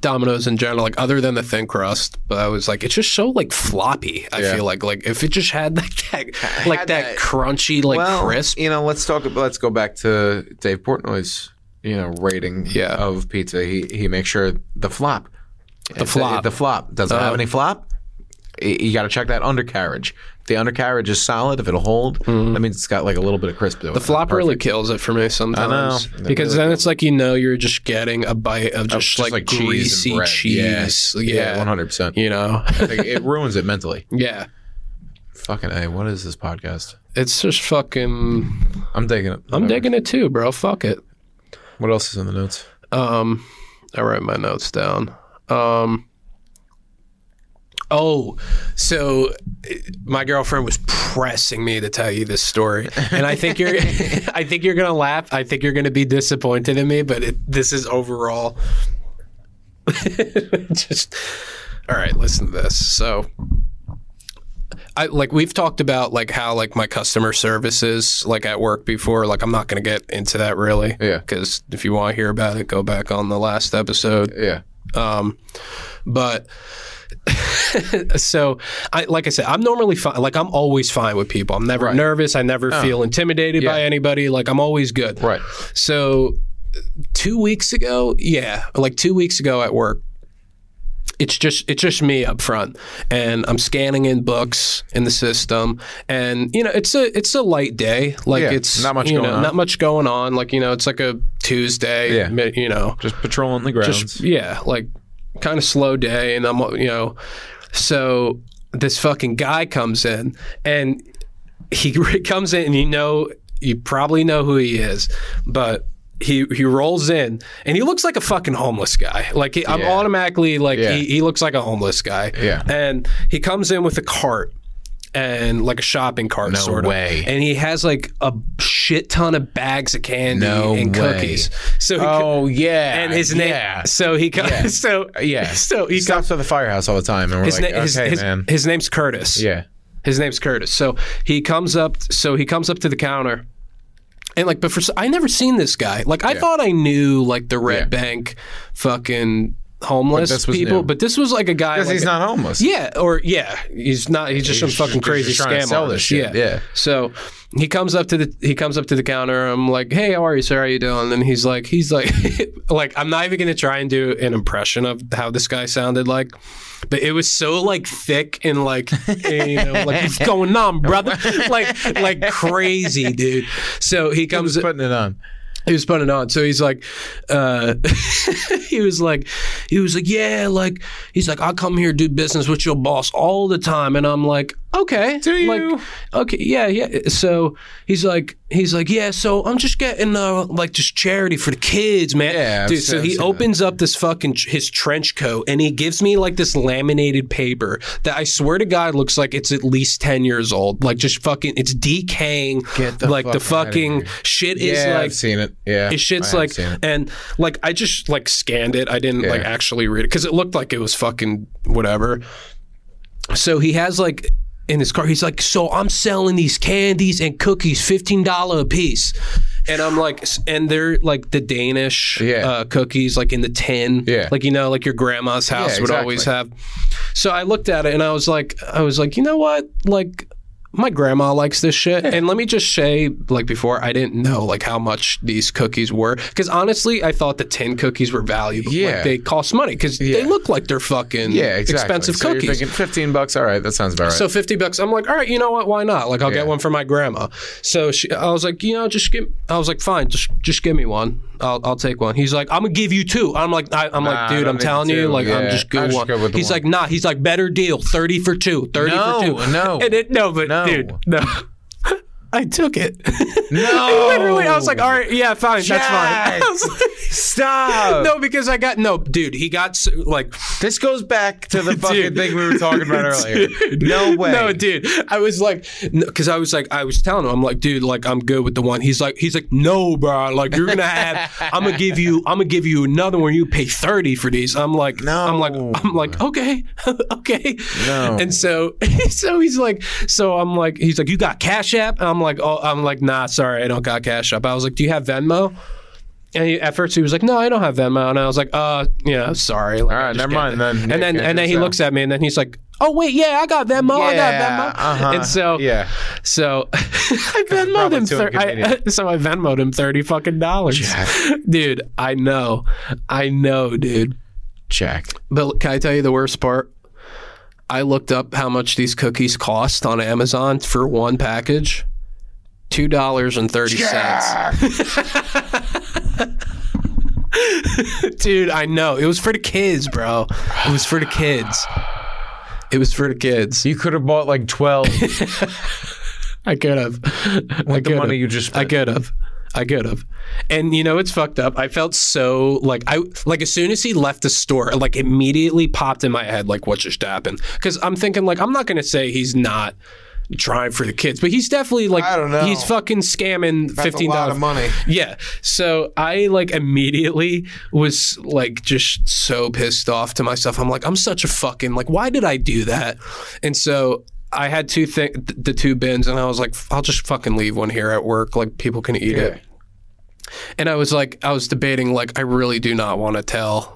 A: Domino's in general, like other than the thin crust, but I was like, it's just so like floppy. I
B: Yeah.
A: feel like, like if it just had [LAUGHS] like that, like that,
B: that-
A: crunchy, like crisp.
B: You know, let's talk. Let's go back to Dave Portnoy's you know rating
A: Yeah.
B: of pizza. He he makes sure the flop, the
A: flop. Uh,
B: the, flop doesn't have any flop. Y- You got to check that undercarriage. If The undercarriage is solid. If it'll hold, that means it's got like a little bit of crisp to it.
A: Mm-hmm. The flop really kills it for me sometimes
B: I know. It
A: because then it's like you know you're just getting a bite of just,
B: Just
A: like,
B: cheese and
A: greasy
B: bread.
A: cheese, yeah,
B: Yeah, one hundred percent.
A: you know, [LAUGHS]
B: It ruins it mentally.
A: yeah.
B: Fucking a. What is this podcast?
A: It's just fucking.
B: I'm digging it.
A: I'm digging it too, bro. Fuck it.
B: What else is in the notes?
A: Um, I write my notes down. Um, oh, so uh, my girlfriend was pressing me to tell you this story, and I think you're, [LAUGHS] I think you're gonna laugh. I think you're gonna be disappointed in me, but it, this is overall. [LAUGHS] Just all right. Listen to this. So. I like we've talked about like how like my customer services like at work before. Like I'm not going to get into that really.
B: Yeah.
A: Because if you want to hear about it, go back on the last episode.
B: Yeah.
A: But [LAUGHS] so I like I said, I'm normally fine. Like I'm always fine with people. I'm never nervous. I never feel intimidated by
B: Uh. Yeah.
A: anybody. Like I'm always good.
B: Right.
A: So two weeks ago, yeah, like two weeks ago at work, it's just it's just me up front, and I'm scanning in books in the system, and you know it's a it's a light day, like
B: Yeah,
A: it's
B: not much
A: you
B: going
A: know,
B: on.
A: not much going on, like you know it's like a Tuesday,
B: Yeah.
A: mi- you know,
B: Just patrolling the grounds.
A: just yeah, like kind of slow day, and I'm you know, so this fucking guy comes in and he [LAUGHS] comes in and you know you probably know who he is, but. He, he rolls in and he looks like a fucking homeless guy. Like he, I'm
B: Yeah.
A: automatically like
B: Yeah.
A: he, he looks like a homeless guy.
B: Yeah.
A: And he comes in with a cart and like a shopping cart sort of.
B: way.
A: And he has like a shit ton of bags of candy
B: No
A: and
B: way.
A: cookies. So he,
B: oh yeah.
A: and his name.
B: Yeah.
A: So he comes. [LAUGHS] So
B: Yeah.
A: So he
B: he
A: comes.
B: stops at the firehouse all the time, and we're
A: His,
B: like,
A: na- his,
B: okay,
A: his,
B: man.
A: his name's Curtis.
B: yeah.
A: His name's Curtis. So he comes up. So he comes up to the counter, and like, but for s- I never seen this guy. Like, I thought I knew like the Red
B: Yeah.
A: Bank, fucking homeless
B: this was
A: people,
B: new.
A: but this was like a guy.
B: Because
A: like
B: he's
A: a-
B: not homeless.
A: Yeah, or yeah, he's not. He's just
B: He's
A: some fucking
B: just- he's
A: crazy
B: just trying
A: scam
B: to sell this
A: artist.
B: shit,
A: Yeah.
B: yeah.
A: So he comes up to the he comes up to the counter. I'm like, hey, how are you, sir? How you doing? And he's like, he's like, [LAUGHS] like I'm not even gonna try and do an impression of how this guy sounded like. But it was so like thick and like you know like
B: [LAUGHS]
A: what's going on, brother? Like like crazy, dude. So he comes
B: He's putting it on.
A: he was putting it on. So he's like, uh, [LAUGHS] he was like, he was like, yeah, like he's like, I come here do business with your boss all the time, and I'm like, okay,
B: Do
A: like,
B: you?
A: okay, yeah, yeah. So he's like, he's like, yeah. So I'm just getting uh, like just charity for the kids, man.
B: Yeah, I've
A: dude.
B: seen-
A: so
B: I've
A: he
B: seen that.
A: opens up this fucking his trench coat and he gives me like this laminated paper that I swear to God looks like it's at least ten years old. Like just fucking, it's decaying.
B: Get the
A: like the
B: fuck outta
A: fucking
B: here.
A: shit is
B: Yeah,
A: like
B: I've seen it. Yeah,
A: it shit's
B: I have
A: like
B: seen it.
A: and like I just like scanned it. I didn't like
B: Yeah.
A: actually read it because it looked like it was fucking whatever. So he has like in his car. He's like, so I'm selling these candies and cookies, fifteen dollar a piece. And I'm like, s- and they're like the Danish
B: Yeah.
A: uh, cookies, like in the tin,
B: Yeah.
A: like you know, like your grandma's house
B: Yeah,
A: would
B: exactly.
A: always have. So I looked at it and I was like, I was like, you know what, like my grandma likes this shit. And let me just say, like before, I didn't know like how much these cookies were because honestly, I thought the tin cookies were valuable.
B: Yeah.
A: like, they cost money because they
B: Yeah.
A: look like they're fucking
B: yeah, exactly.
A: expensive
B: so
A: cookies.
B: You're thinking fifteen bucks. All right, that sounds about right.
A: So fifty bucks. I'm like, all right, you know what? Why not? Like, I'll
B: Yeah.
A: get one for my grandma. So she, I was like, you know, just give. I was like, fine, just just give me one. I'll, I'll take one. He's like, I'm gonna give you two. I'm like, I, I'm
B: Nah,
A: like,
B: I
A: dude,
B: don't
A: I'm
B: need
A: telling you,
B: two.
A: like, I'm
B: Yeah,
A: just good
B: I just
A: one.
B: go with the
A: He's
B: one.
A: like, nah. He's like, better deal, thirty for two, 30 for
B: No,
A: two.
B: no.
A: [LAUGHS] and it no, but
B: No.
A: dude, no. [LAUGHS] I took it. [LAUGHS]
B: No.
A: literally, I was like, all right, yeah, fine, that's fine. [LAUGHS] I
B: Yes. Oh.
A: was like- [LAUGHS]
B: Stop.
A: No, because I got no, dude. He got s- like
B: This goes back to the
A: [LAUGHS]
B: fucking
A: Dude.
B: thing we were
A: [LAUGHS]
B: talking about earlier.
A: Dude.
B: No way.
A: No, dude. I was like, because I was like, I was telling him, I'm like, dude, like I'm good with the one. He's like, he's like, no, bro. Like you're gonna
B: [LAUGHS]
A: have, I'm gonna give you, I'm gonna give you another one. You pay thirty for these. I'm like,
B: No.
A: I'm like, I'm like, okay, [LAUGHS] okay.
B: No.
A: And so, [LAUGHS] so he's like, so I'm like, he's like, you got Cash App? And I'm like, oh, I'm like, nah, sorry, I don't got Cash App. I was like, do you have Venmo? And he, at first he was like, "No, I don't have Venmo," and I was like, "Uh, yeah, sorry." Like,
B: All
A: I
B: right,
A: just
B: never
A: can't
B: mind. Then
A: and then and then he looks at me and then he's like, "Oh wait, yeah, I got Venmo, Oh, I got Venmo."
B: uh-huh,
A: And so
B: yeah,
A: so [LAUGHS]
B: [LAUGHS]
A: I Venmoed him.
B: too
A: Thir- I, [LAUGHS]
B: inconvenient.
A: so I Venmoed him thirty fucking dollars, dude. I know, I know, dude.
B: check.
A: But can I tell you the worst part? I looked up how much these cookies cost on Amazon for one package. Two dollars and thirty cents, [LAUGHS] dude. I know it was for the kids, bro. It was for the kids. It was for the kids.
B: You could have bought like [LAUGHS] twelve with
A: I could have. I
B: the
A: could have.
B: money you just.
A: I
B: Spent.
A: could have. I could have. And you know it's fucked up. I felt so like I like as soon as he left the store, like immediately popped in my head like what just happened. Because I'm thinking like I'm not gonna say he's not trying for the kids, but he's definitely like
C: I don't know.
A: he's fucking scamming
C: That's a
A: fifteen
C: lot
A: dollars.
C: of money.
A: Yeah. So I like immediately was like just so pissed off to myself. I'm like, I'm such a fucking like, why did I do that? And so I had two thi- th- the two bins, and I was like, I'll just fucking leave one here at work. Like people can eat it. And I was like, I was debating, like, I really do not want to tell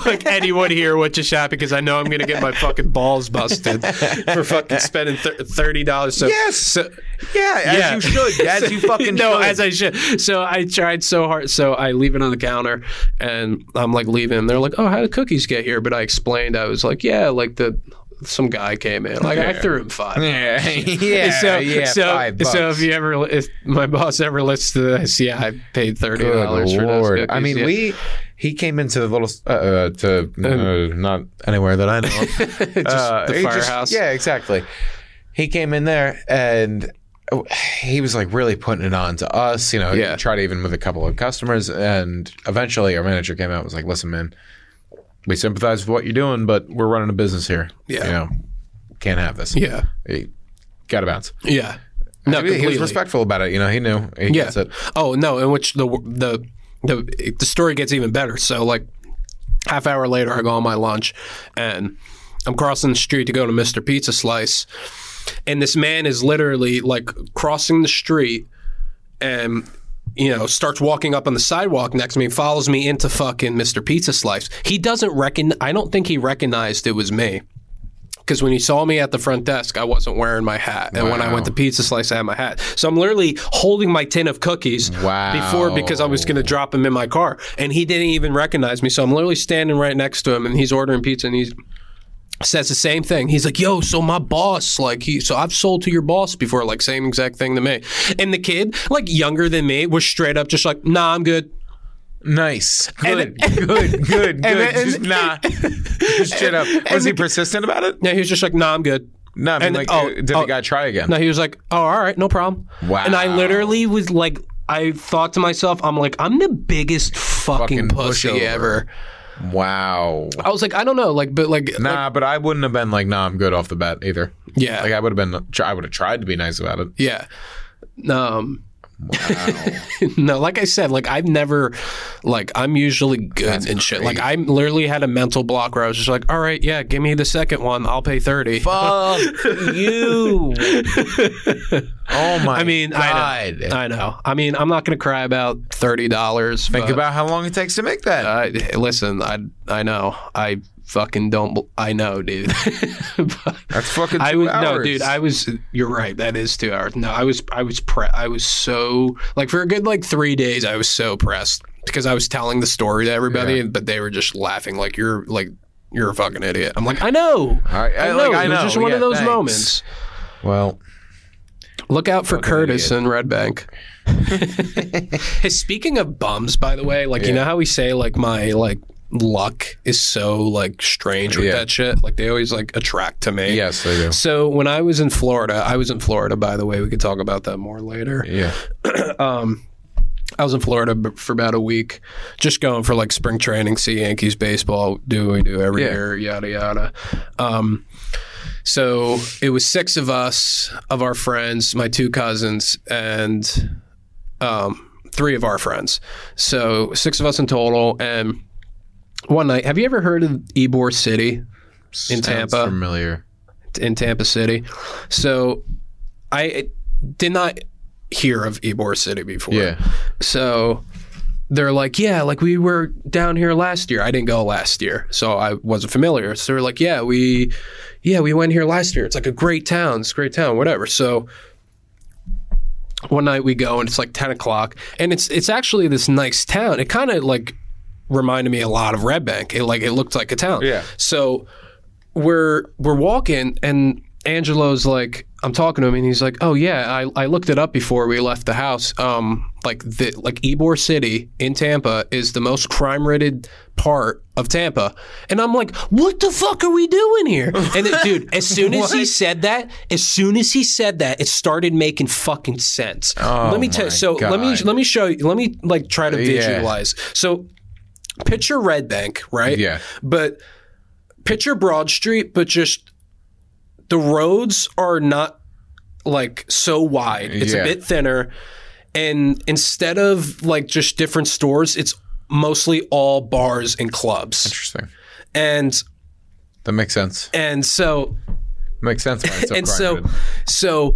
A: [LAUGHS] like anyone here what just happened because I know I'm gonna get my fucking balls busted for fucking spending thir- thirty dollars. So
B: Yes.
A: so,
B: Yeah, as
A: Yeah. [LAUGHS]
B: you should. As you fucking
A: no,
B: should.
A: as I should. So I tried so hard. So I leave it on the counter, and I'm like leaving. And they're like, "Oh, how did cookies get here?" But I explained. I was like, "Yeah, like the some guy came in. Like I threw him five. [LAUGHS]
B: yeah, yeah,
A: so,
B: yeah.
A: so,
B: five bucks.
A: so if you ever, if my boss ever listens to this, yeah, I paid thirty
B: Good
A: dollars for those
B: Lord.
A: cookies.
B: I
A: [LAUGHS]
B: mean,
A: yeah.
B: we he came into the little uh, uh, to
A: Um,
B: uh, not anywhere that
A: [LAUGHS]
B: I know. Of. Uh,
A: the
B: he just-
A: firehouse.
B: yeah, exactly. He came in there and he was like really putting it on to us. You know,
A: Yeah.
B: he tried even with a couple of customers, and eventually our manager came out and was like, "Listen, man, we sympathize with what you're doing, but we're running a business here.
A: Yeah.
B: you know, can't have this.
A: yeah,
B: got to bounce."
A: yeah. No,
B: he, he was
A: completely.
B: respectful about it. You know, he knew. He
A: Yeah.
B: gets it.
A: Oh no, in which the the the the story gets even better. So like half hour later, I go on my lunch, and I'm crossing the street to go to Mister Pizza Slice, and this man is literally like crossing the street, and you know, starts walking up on the sidewalk next to me, follows me into fucking Mr. Pizza Slice. He doesn't reckon. I don't think he recognized it was me. Because when he saw me at the front desk, I wasn't wearing my hat. And when I went
B: Wow.
A: to Pizza Slice, I had my hat. So I'm literally holding my tin of cookies
B: Wow.
A: before because I was going to drop him in my car. And he didn't even recognize me. So I'm literally standing right next to him and he's ordering pizza and he's says the same thing. He's like, "Yo, so my boss, like, he, so I've sold to your boss before, like, same exact thing to me." And the kid, like, younger than me, was straight up just like, "Nah, I'm good."
B: Nice. Good.
A: And-
B: good. Good. Good.
A: then- [LAUGHS] and- [LAUGHS]
B: Just, nah. Just shit up. Was he persistent about it?
A: Yeah, he was just like, "Nah, I'm good."
B: No, I mean,
A: And-
B: like,
A: oh,
B: did
A: oh.
B: the guy try again?
A: No, he was like, "Oh, all right, no problem."
B: Wow.
A: And I literally was like, I thought to myself, I'm like, I'm the biggest fucking,
B: Fucking
A: pussy
B: pushover.
A: ever.
B: Wow.
A: I was like, I don't know, like, but like,
B: Nah, but I wouldn't have been like, nah, I'm good off the bat either.
A: yeah,
B: Like, I would have been, I would have tried to be nice about it.
A: yeah. Um, [LAUGHS] no, like I said, like I've never, like I'm usually good and shit. Like I literally had a mental block where I was just like, all right, yeah, give me the second one, I'll pay thirty.
B: Fuck you. [LAUGHS] oh my
A: I mean, I
B: God.
A: know. [LAUGHS] I know. I mean, I'm not gonna cry about thirty dollars.
B: Think about how long it takes to make that.
A: I listen. I I know. I fucking don't. bel- I know, dude. [LAUGHS] But
B: That's fucking two
A: I was
B: hours.
A: no, dude. I was. You're right. That is two hours. No, I was. I was pre. I was so like for a good like three days. I was so pressed because I was telling the story to everybody, but they were just laughing like you're like you're a fucking idiot. I'm like I know.
B: All right,
A: I
B: I-
A: know.
B: like, I
A: it was
B: know.
A: just one
B: Yeah,
A: of those
B: thanks.
A: moments.
B: well,
A: Look out for Curtis
B: idiot.
A: in Red
B: [LAUGHS]
A: Bank. hey, speaking of bums, by the way, like you
B: Yeah.
A: know how we say like my like luck is so like strange with
B: Yeah.
A: that shit. Like they always like attract to me.
B: yes, I do.
A: So when I was in Florida, I was in Florida. By the way, we could talk about that more later.
B: Yeah.
A: I was in Florida b- for about a week, just going for like spring training, see Yankees baseball, do what we do every
B: Yeah.
A: year, yada yada. Um, so it was six of us, of our friends, my two cousins, and um, three of our friends. So six of us in total, and one night. Have you ever heard of Ybor City?
B: Sounds
A: Tampa.
B: Familiar.
A: in Tampa City. So I did not hear of Ybor City before.
B: Yeah.
A: So they're like, yeah, like we were down here last year. I didn't go last year, so I wasn't familiar. So they're like, yeah, we, yeah, we went here last year. It's like a great town. It's a great town, whatever. So one night we go and it's like ten o'clock, and it's it's actually this nice town. It kind of like reminded me a lot of Red Bank. It like it looked like a town.
B: Yeah.
A: So we're we're walking and Angelo's like I'm talking to him and he's like, "Oh yeah, I, I looked it up before we left the house. Um like the like Ybor City in Tampa is the most crime-ridden part of Tampa." And I'm like, "What the fuck are we doing here?" And it, dude,
B: [LAUGHS]
A: as soon as he said that, as soon as he said that, it started making fucking sense.
B: Oh,
A: let me tell
B: my
A: so let me
B: God.
A: let me show you. Let me like try to
B: Yeah.
A: visualize. So picture Red Bank, right?
B: Yeah.
A: But picture Broad Street, but just the roads are not like so wide. It's
B: Yeah.
A: a bit thinner. And instead of like just different stores, it's mostly all bars and clubs.
B: Interesting.
A: And
B: That makes sense.
A: and so
B: Makes sense. Why it's so
A: [LAUGHS] and so so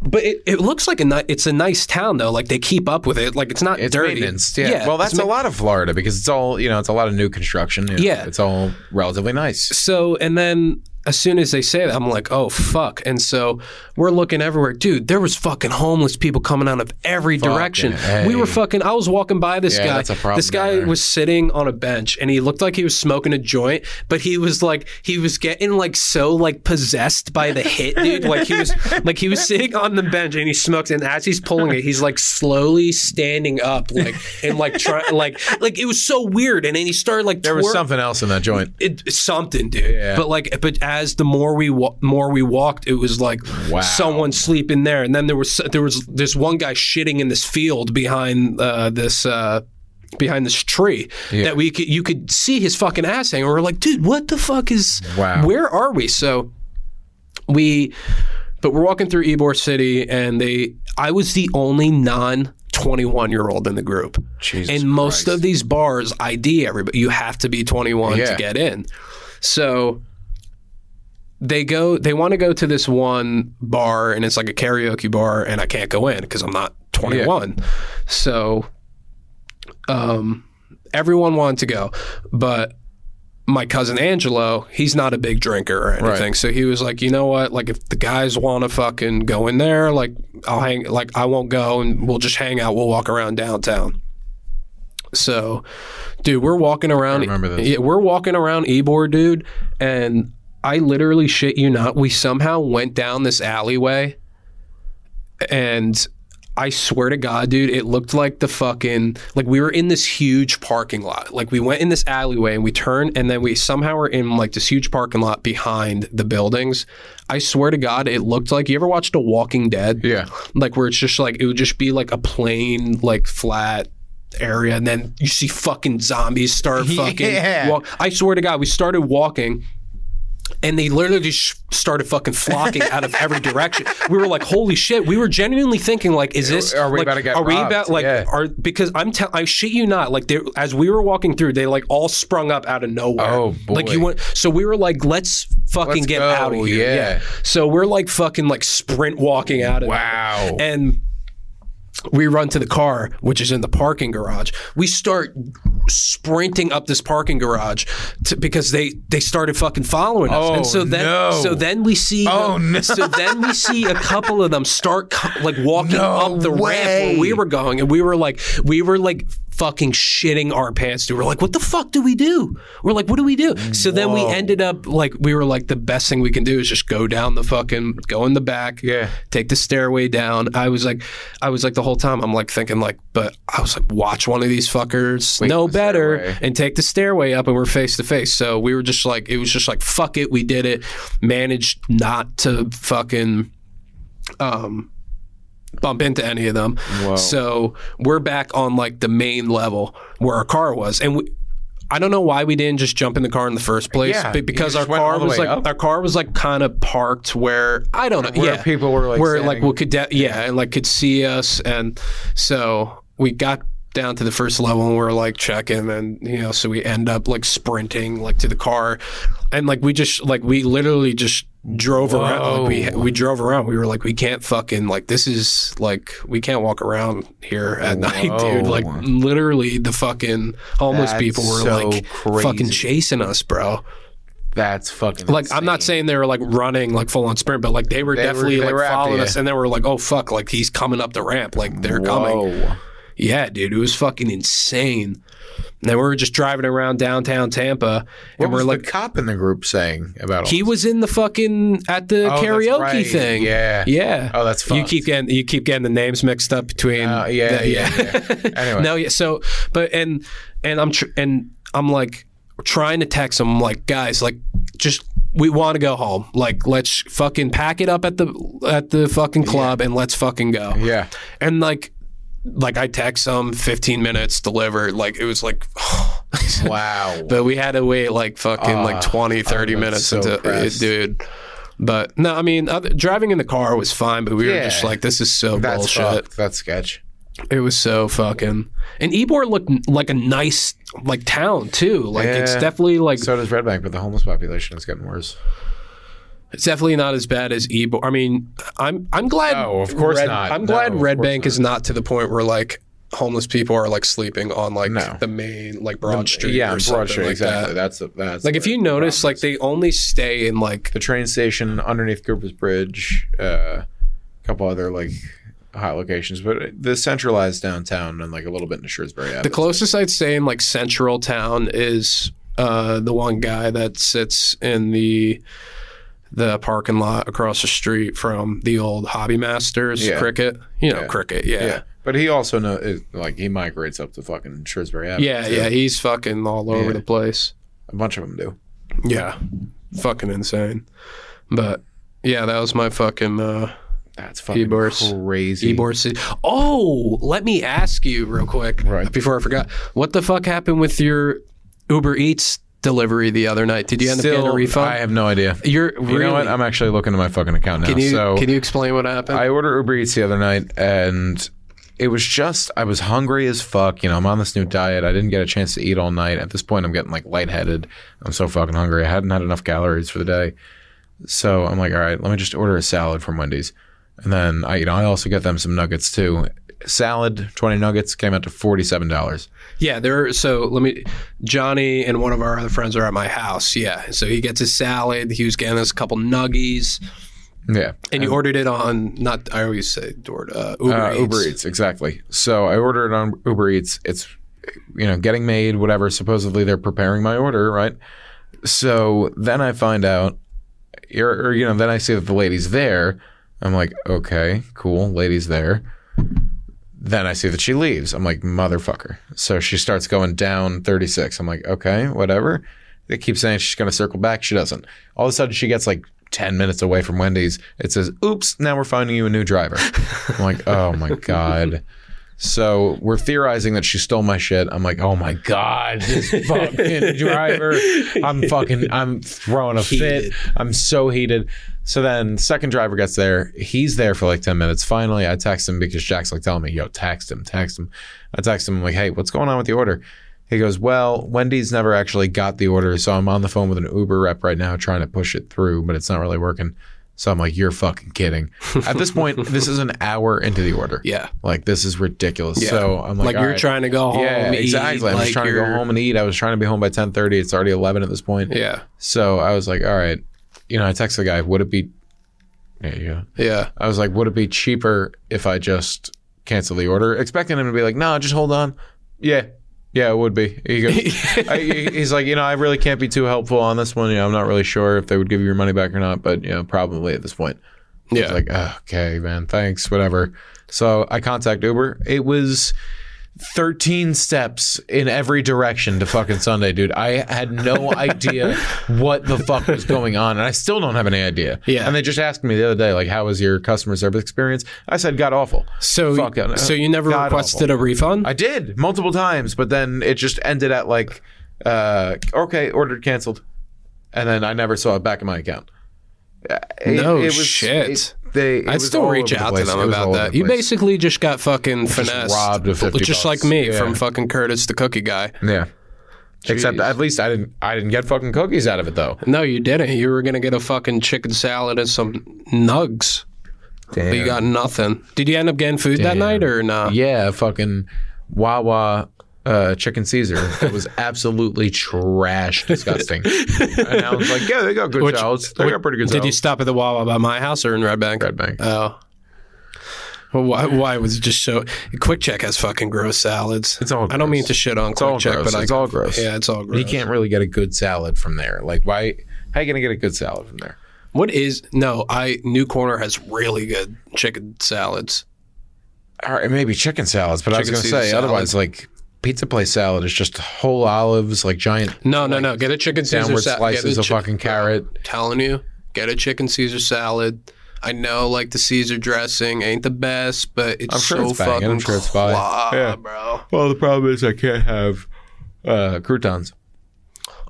A: but it, it looks like a ni- it's a nice town though. Like they keep up with it. Like it's not
B: it's
A: dirty.
B: maintenance. Yeah. well,
A: it's
B: that's a lot of Florida because it's all you know. It's a lot of new construction. you know,
A: Yeah.
B: It's all relatively nice.
A: So, and then as soon as they say that, I'm like, oh, fuck. And so we're looking everywhere. Dude, there was fucking homeless people coming out of every direction.
B: A.
A: We were fucking, I was walking by this
B: Yeah,
A: guy.
B: that's a problem
A: this guy
B: down there.
A: was sitting on a bench and he looked like he was smoking a joint, but he was like, he was getting like so like possessed by the hit, dude. Like he
B: [LAUGHS]
A: was, like he was sitting on the bench and he smoked. And as he's pulling it, he's like slowly standing up, like, and like trying, like, like it was so weird. And then he started like,
B: There was
A: twerking
B: something else in that joint.
A: it, it's something, dude.
B: Yeah.
A: But like, but as the more we wa- more we walked, it was like
B: Wow.
A: someone sleeping there, and then there was there was this one guy shitting in this field behind uh, this. Uh, Behind this tree, that we could you could see his fucking ass hanging. We're like, dude, what the fuck is?
B: Wow.
A: Where are we? So we, but we're walking through Ybor City, and they. I was the only non twenty one year old in the group.
B: Jesus
A: And most of these bars ID everybody. You have to be 21 to
B: Yeah.
A: get in. So they go they want to go to this one bar and it's like a karaoke bar and I can't go in because I'm not 21. So um, everyone wanted to go, but my cousin Angelo, he's not a big drinker or anything.
B: Right.
A: So he was like, you know what? Like, if the guys want to fucking go in there, like, I'll hang, like, I won't go and we'll just hang out. We'll walk around downtown. So, dude, we're walking around.
B: remember this.
A: Yeah, we're walking around Ebor, dude. And I literally shit you not. We somehow went down this alleyway and I swear to God, dude, it looked like the fucking like we were in this huge parking lot. Like we went in this alleyway and we turned, and then we somehow were in like this huge parking lot behind the buildings. I swear to God, it looked like you ever watched A Walking Dead?
B: Yeah.
A: Like where it's just like it would just be like a plain, like flat area, and then you see fucking zombies start fucking.
B: [LAUGHS] Yeah.
A: Walk. I swear to God, we started walking and they literally just started fucking flocking out of every direction. We were like, "Holy shit!" We were genuinely thinking, like, "Is this?
B: Are we
A: like,
B: about to get
A: Are we
B: robbed?
A: about like?
B: Yeah.
A: Are because I'm tell I shit you not, like, they, as we were walking through, they like all sprung up out of nowhere.
B: Oh, boy.
A: Like you went, so we were like, "Let's fucking
B: Let's
A: get
B: go,
A: out of here!"
B: yeah.
A: So we're like fucking like sprint walking out of
B: Wow.
A: there. and. We run to the car, which is in the parking garage. We start sprinting up this parking garage to, because they they started fucking following us.
B: Oh,
A: and so then
B: no.
A: so then we see
B: Oh, no.
A: so then we see a couple of them start co- like walking
B: No
A: up the ramp
B: way.
A: where we were going and we were like we were like fucking shitting our pants dude. We're like what the fuck do we do? We're like what do we do? So then we
B: Whoa.
A: ended up like we were like the best thing we can do is just go down the fucking go in the back
B: Yeah.
A: take the stairway down. I was like, I was like the whole time, I'm like thinking like, but I was like, watch one of these fuckers know
B: the
A: better
B: stairway.
A: and take the stairway up, and we're face to face. So we were just like, it was just like, fuck it, we did it. Managed not to fucking um bump into any of them.
B: Whoa.
A: So we're back on like the main level where our car was, and we. I don't know why we didn't just jump in the car in the first place,
B: Yeah,
A: be-
B: you
A: because
B: just
A: our
B: went
A: car
B: all the
A: was
B: way
A: like
B: up.
A: our car was like kind of parked where I don't know
B: Where
A: yeah
B: people were like,
A: where like
B: standing-
A: we could de- yeah and like could see us and so we got down to the first level and we are like checking and you know so we end up like sprinting like to the car and like we just like we literally just drove around like, we we drove around we were like we can't fucking like this is like we can't walk around here at night dude
B: Whoa.
A: like literally the fucking homeless
B: That's
A: people were
B: so
A: like
B: crazy.
A: fucking chasing us bro
B: that's fucking
A: like I'm not saying they were like running like full on sprint, but like they were definitely
B: they
A: like
B: were after
A: following
B: you.
A: us, and they were like, "Oh fuck!" Like he's coming up the ramp, like they're coming.
B: Whoa.
A: Yeah, dude, it was fucking insane. And then we were just driving around downtown Tampa,
B: What
A: and we're
B: was
A: like,
B: the cop in the group saying about all
A: he was in the fucking at the
B: Oh, that's
A: karaoke
B: right.
A: thing.
B: Yeah.
A: yeah.
B: Oh, that's
A: you
B: fucked.
A: keep getting you keep getting the names mixed up between.
B: Uh, yeah,
A: the- [LAUGHS]
B: yeah, yeah. Anyway.
A: no, yeah. So, but and and I'm tr- and I'm like trying to text them like guys like just we want to go home like let's fucking pack it up at the at the fucking club and let's fucking go
B: Yeah.
A: and like like I text them 15 minutes delivered like it was like [SIGHS]
B: Wow.
A: [LAUGHS] but we had to wait like fucking like 20 30
B: I'm
A: minutes
B: Ah, oh, so
A: into
B: impressed.
A: dude but no I mean other, driving in the car was fine but we were
B: Yeah.
A: just like this is so
B: that's
A: bullshit
B: fucked. That's sketch.
A: it was so fucking. And Ebor looked n- like a nice like town too. Like it's
B: Yeah.
A: definitely like
B: So does Red Bank, but the homeless population is getting worse.
A: it's definitely not as bad as Ebor. I mean, I'm I'm glad.
B: No, of course
A: Red-
B: not.
A: I'm
B: No,
A: glad
B: of
A: Red
B: course
A: Bank is not to the point where like homeless people are like sleeping on like
B: No.
A: the main like Broad Street.
B: yeah,
A: or
B: on
A: something
B: Broad Street.
A: like That.
B: exactly. That's the that's
A: Like if
B: where
A: you
B: the
A: notice,
B: problem
A: like they only stay in like
B: the train station underneath Cooper's Bridge, uh, a couple other like hot locations, but the centralized downtown and like a little bit in Shrewsbury Avenue.
A: the closest I'd say in like central town is uh, the one guy that sits in the the parking lot across the street from the old Hobby Masters
B: Yeah.
A: cricket. You know,
B: Yeah.
A: cricket. Yeah.
B: yeah,
A: Yeah.
B: but he also know is- like he migrates up to fucking Shrewsbury Avenue.
A: Yeah.
B: too.
A: He's fucking all over
B: Yeah.
A: the place.
B: a bunch of them do.
A: Yeah. Fucking insane. But yeah, that was my fucking uh,
B: That's fucking
A: Ebor's-
B: crazy.
A: Ebor City. Oh, let me ask you real quick
B: Right.
A: before I forgot. What the fuck happened with your Uber Eats delivery the other night? Did you end up getting a refund?
B: I have no idea.
A: You're really.
B: You know what? I'm actually looking at my fucking account now.
A: can you
B: so
A: can you explain what happened?
B: I ordered Uber Eats the other night and it was just I was hungry as fuck. You know, I'm on this new diet. I didn't get a chance to eat all night. At this point I'm getting like lightheaded. I'm so fucking hungry. I hadn't had enough calories for the day. So I'm like, all right, let me just order a salad from Wendy's. And then I you know, I also get them some nuggets too. salad, 20 nuggets, came out to $47.
A: Yeah, there. Are, so let me. Johnny and one of our other friends are at my house. Yeah, so he gets his salad. He was getting us a couple nuggies,
B: Yeah.
A: and you ordered it on not. I always say Door uh, Uber,
B: Uh,
A: Eats.
B: Uber Eats, exactly. So I ordered it on Uber Eats. It's you know getting made, whatever. Supposedly they're preparing my order, right? So then I find out, or, or you know, then I see that the lady's there. I'm like, okay, cool, lady's there. Then I see that she leaves. I'm like, motherfucker. So she starts going down 36. I'm like, okay, whatever. They keep saying she's going to circle back. She doesn't. All of a sudden, she gets like 10 minutes away from Wendy's. It says, oops, now we're finding you a new driver. I'm like, oh my God. So we're theorizing that she stole my shit. I'm like, oh my God, this [LAUGHS] fucking driver. I'm fucking, I'm throwing a
A: Heated.
B: fit. I'm so heated. So then second driver gets there. He's there for like 10 minutes. Finally, I text him because Jack's like telling me, yo, text him, text him. I text him, I'm like, hey, what's going on with the order? He goes, well, Wendy's never actually got the order. So I'm on the phone with an Uber rep right now trying to push it through, but it's not really working. So I'm like, you're fucking kidding. At this point, this is an hour into the order.
A: Yeah,
B: Like, this is ridiculous.
A: Yeah.
B: So I'm like,
A: like
B: all
A: you're
B: right.
A: trying to go home.
B: Oh Yeah,
A: eat,
B: exactly. I was
A: like
B: trying to go
A: you're-
B: home and eat. I was trying to be home by 10:30. It's already 11 at this point.
A: Yeah,
B: So I was like, all right, you know, I texted the guy, would it be, yeah, yeah.
A: yeah,
B: I was like, would it be cheaper if I just cancel the order? Expecting him to be like, no, just hold on. Yeah. Yeah, it would be.
A: [LAUGHS]
B: He goes, I, he's like, you know, I really can't be too helpful on this one. You know, I'm not really sure if they would give you your money back or not, but you know, probably at this point. I
A: yeah.
B: was like, "Oh, okay, man, thanks, whatever. So I contact Uber. It was 13 steps in every direction to fucking Sunday, dude. I
A: [LAUGHS]
B: had no idea what the fuck was going on, and I still don't have any idea.
A: Yeah.
B: And they just asked me the other day, like, how was your customer service experience? I said, god awful.
A: so,
B: Fuck, I don't know.
A: so you never
B: God
A: requested a refund?
B: I did multiple times, but then it just ended at like, uh, okay, ordered canceled, and then I never saw it back in my account. Uh, it-
A: No
B: it was-
A: shit.
B: it- they, it
A: I'd
B: was
A: still
B: all
A: reach
B: over the
A: out to
B: place.
A: them
B: It was all
A: about
B: over
A: that.
B: the
A: You
B: place.
A: basically just got fucking finessed.
B: robbed of 50
A: Just like
B: bucks.
A: me
B: Yeah.
A: from fucking Curtis the Cookie Guy.
B: Yeah. Except at least I didn't I didn't get fucking cookies out of it though.
A: No, you didn't. You were gonna get a fucking chicken salad and some nugs, but you got nothing. Did you end up getting food that night or not?
B: yeah, fucking Wawa uh, chicken Caesar.
A: [LAUGHS]
B: It was absolutely trash, disgusting. and I was like, yeah, they got good
A: Which-
B: salads. They got pretty good
A: Did you
B: salads.
A: stop at the Wawa by my house or in Red Bank?
B: Red Bank.
A: Oh. Well, why, why was it just so? Quick Check has fucking gross salads.
B: It's all
A: I don't mean
B: gross.
A: to shit on Quick
B: all
A: Check,
B: gross.
A: but I,
B: It's all gross.
A: Yeah, it's all gross.
B: you can't really get a good salad from there. Like, why? How you gonna get a good salad from there?
A: What is no? I New Corner has really good chicken salads.
B: All right, maybe chicken salads, but I was
A: Chicken
B: gonna
A: Caesar
B: say
A: salad.
B: otherwise, like pizza place salad is just whole olives, like giant
A: No, no, no. Get a chicken Caesar
B: downward
A: salad.
B: slices of fucking carrot.
A: telling you, get a chicken Caesar salad. I know, like the Caesar dressing ain't the best, but it's
B: I'm sure
A: so
B: it's banging.
A: fucking
B: I'm sure it's fine.
A: claw,
B: Yeah.
A: bro.
B: Well, the problem is I can't have uh, croutons.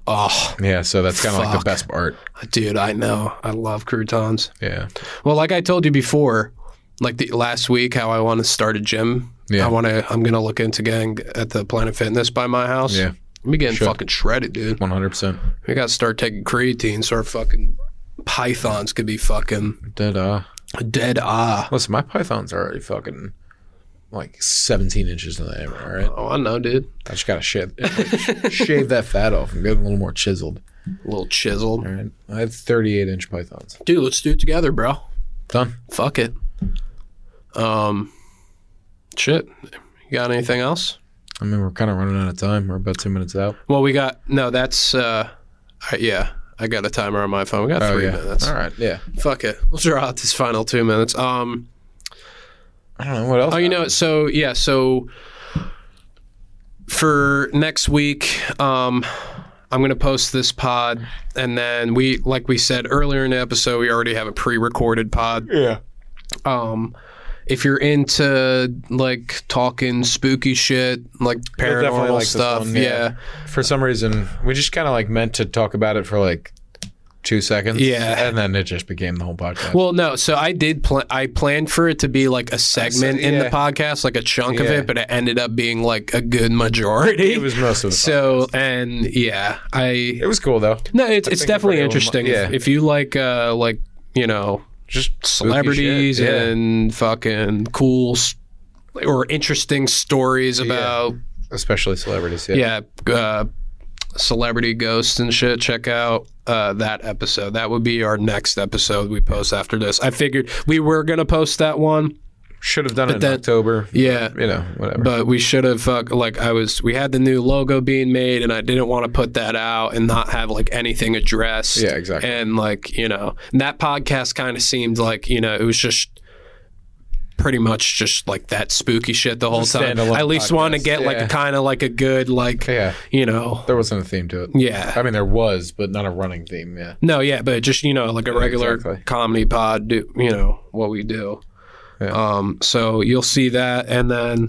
A: Oh,
B: Yeah, so that's kind of like
A: Fuck.
B: the best part.
A: dude, I know. I love croutons.
B: Yeah,
A: Well, like I told you before, like the last week, how I want to start a gym.
B: Yeah.
A: I want to. I'm gonna look into getting at the Planet Fitness by my house.
B: Yeah.
A: I'm getting fucking shredded, dude.
B: one hundred percent.
A: We gotta start taking creatine, so our fucking pythons could be fucking
B: Did uh,
A: dead ah.
B: listen, my pythons are already fucking like seventeen inches in the hammer. All right,
A: Oh, I know, dude.
B: I just gotta shave, [LAUGHS] like, shave that fat off and get them a little more chiseled.
A: A little chiseled.
B: All right, I have thirty-eight inch pythons.
A: Dude, let's do it together, bro.
B: Done.
A: Fuck it. Um, shit. You got anything else?
B: I mean, we're kind of running out of time. We're about two minutes out.
A: Well, we got no. That's uh, I, yeah. I got a timer on my phone. We got
B: Oh
A: three
B: yeah,
A: minutes.
B: all right. Yeah,
A: Fuck it. We'll draw out this final two minutes. Um.
B: I don't know what else.
A: Oh, you know, so yeah, so for next week, um, I'm going to post this pod, and then we, like we said earlier in the episode, we already have a pre-recorded pod.
B: Yeah.
A: Um, if you're into like talking spooky shit, like
B: You'll definitely
A: paranormal
B: like this
A: stuff,
B: one,
A: yeah,
B: For some reason, we just kind of like meant to talk about it for like two seconds.
A: Yeah.
B: And then it just became the whole podcast.
A: Well, no. So I did. Pl- I planned for it to be like a segment in the
B: yeah.
A: podcast, like a chunk of
B: Yeah.
A: it, but it ended up being like a good majority.
B: it was most of
A: [LAUGHS]
B: the
A: So and yeah, I
B: It was cool though.
A: no, it's it's
B: think
A: definitely
B: everybody will-
A: interesting.
B: yeah.
A: If, if you like uh like you know
B: Just spooky
A: celebrities
B: shit. Yeah.
A: and fucking cool s- or interesting stories about
B: especially celebrities.
A: yeah, uh, celebrity ghosts and shit, check out uh, that episode. That would be our next episode we post after this. I figured we were gonna post that one.
B: should have done it in
A: then-
B: October.
A: Yeah.
B: You know, whatever.
A: But we should have uh, like I was. We had the new logo being made, and I didn't want to put that out and not have like anything addressed.
B: Yeah, exactly.
A: And like you know, and that podcast kind of seemed like you know it was just pretty much just like that spooky shit the whole time.
B: standalone
A: I at least want to
B: podcast,
A: get like
B: yeah.
A: a kind of like a good like
B: yeah,
A: you know
B: there wasn't a theme to it.
A: yeah
B: I mean, there was, but not a running theme. Yeah.
A: No, yeah, but just you know, like a regular
B: exactly.
A: comedy pod, do you know what we do?
B: Yeah.
A: Um, so you'll see that, and then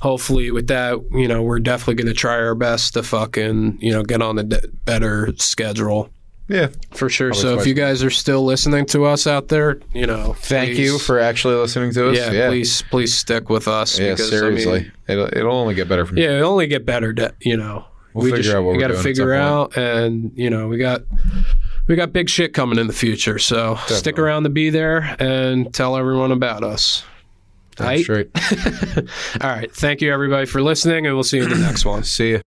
A: hopefully with that, you know, we're definitely going to try our best to fucking you know get on a d- better schedule
B: Yeah.
A: for sure.
B: Probably
A: so if
B: twice.
A: you guys are still listening to us out there, you know,
B: Thank you
A: please-
B: for actually listening to us.
A: yeah,
B: Yeah. Yeah.
A: please please stick with us. because, I mean,
B: seriously, it'll it'll only get better from here.
A: yeah, it'll only get better. To, you know,
B: We'll figure out what
A: we
B: we're
A: gotta
B: doing at
A: figure
B: some
A: out, and you know, we got we got big shit coming in the future. So stick
B: Definitely.
A: around to be there and tell everyone about us.
B: Damn
A: Right?
B: straight. [CLEARS THROAT]
A: All right, thank you everybody for listening, and we'll see you in the next one.
B: See ya.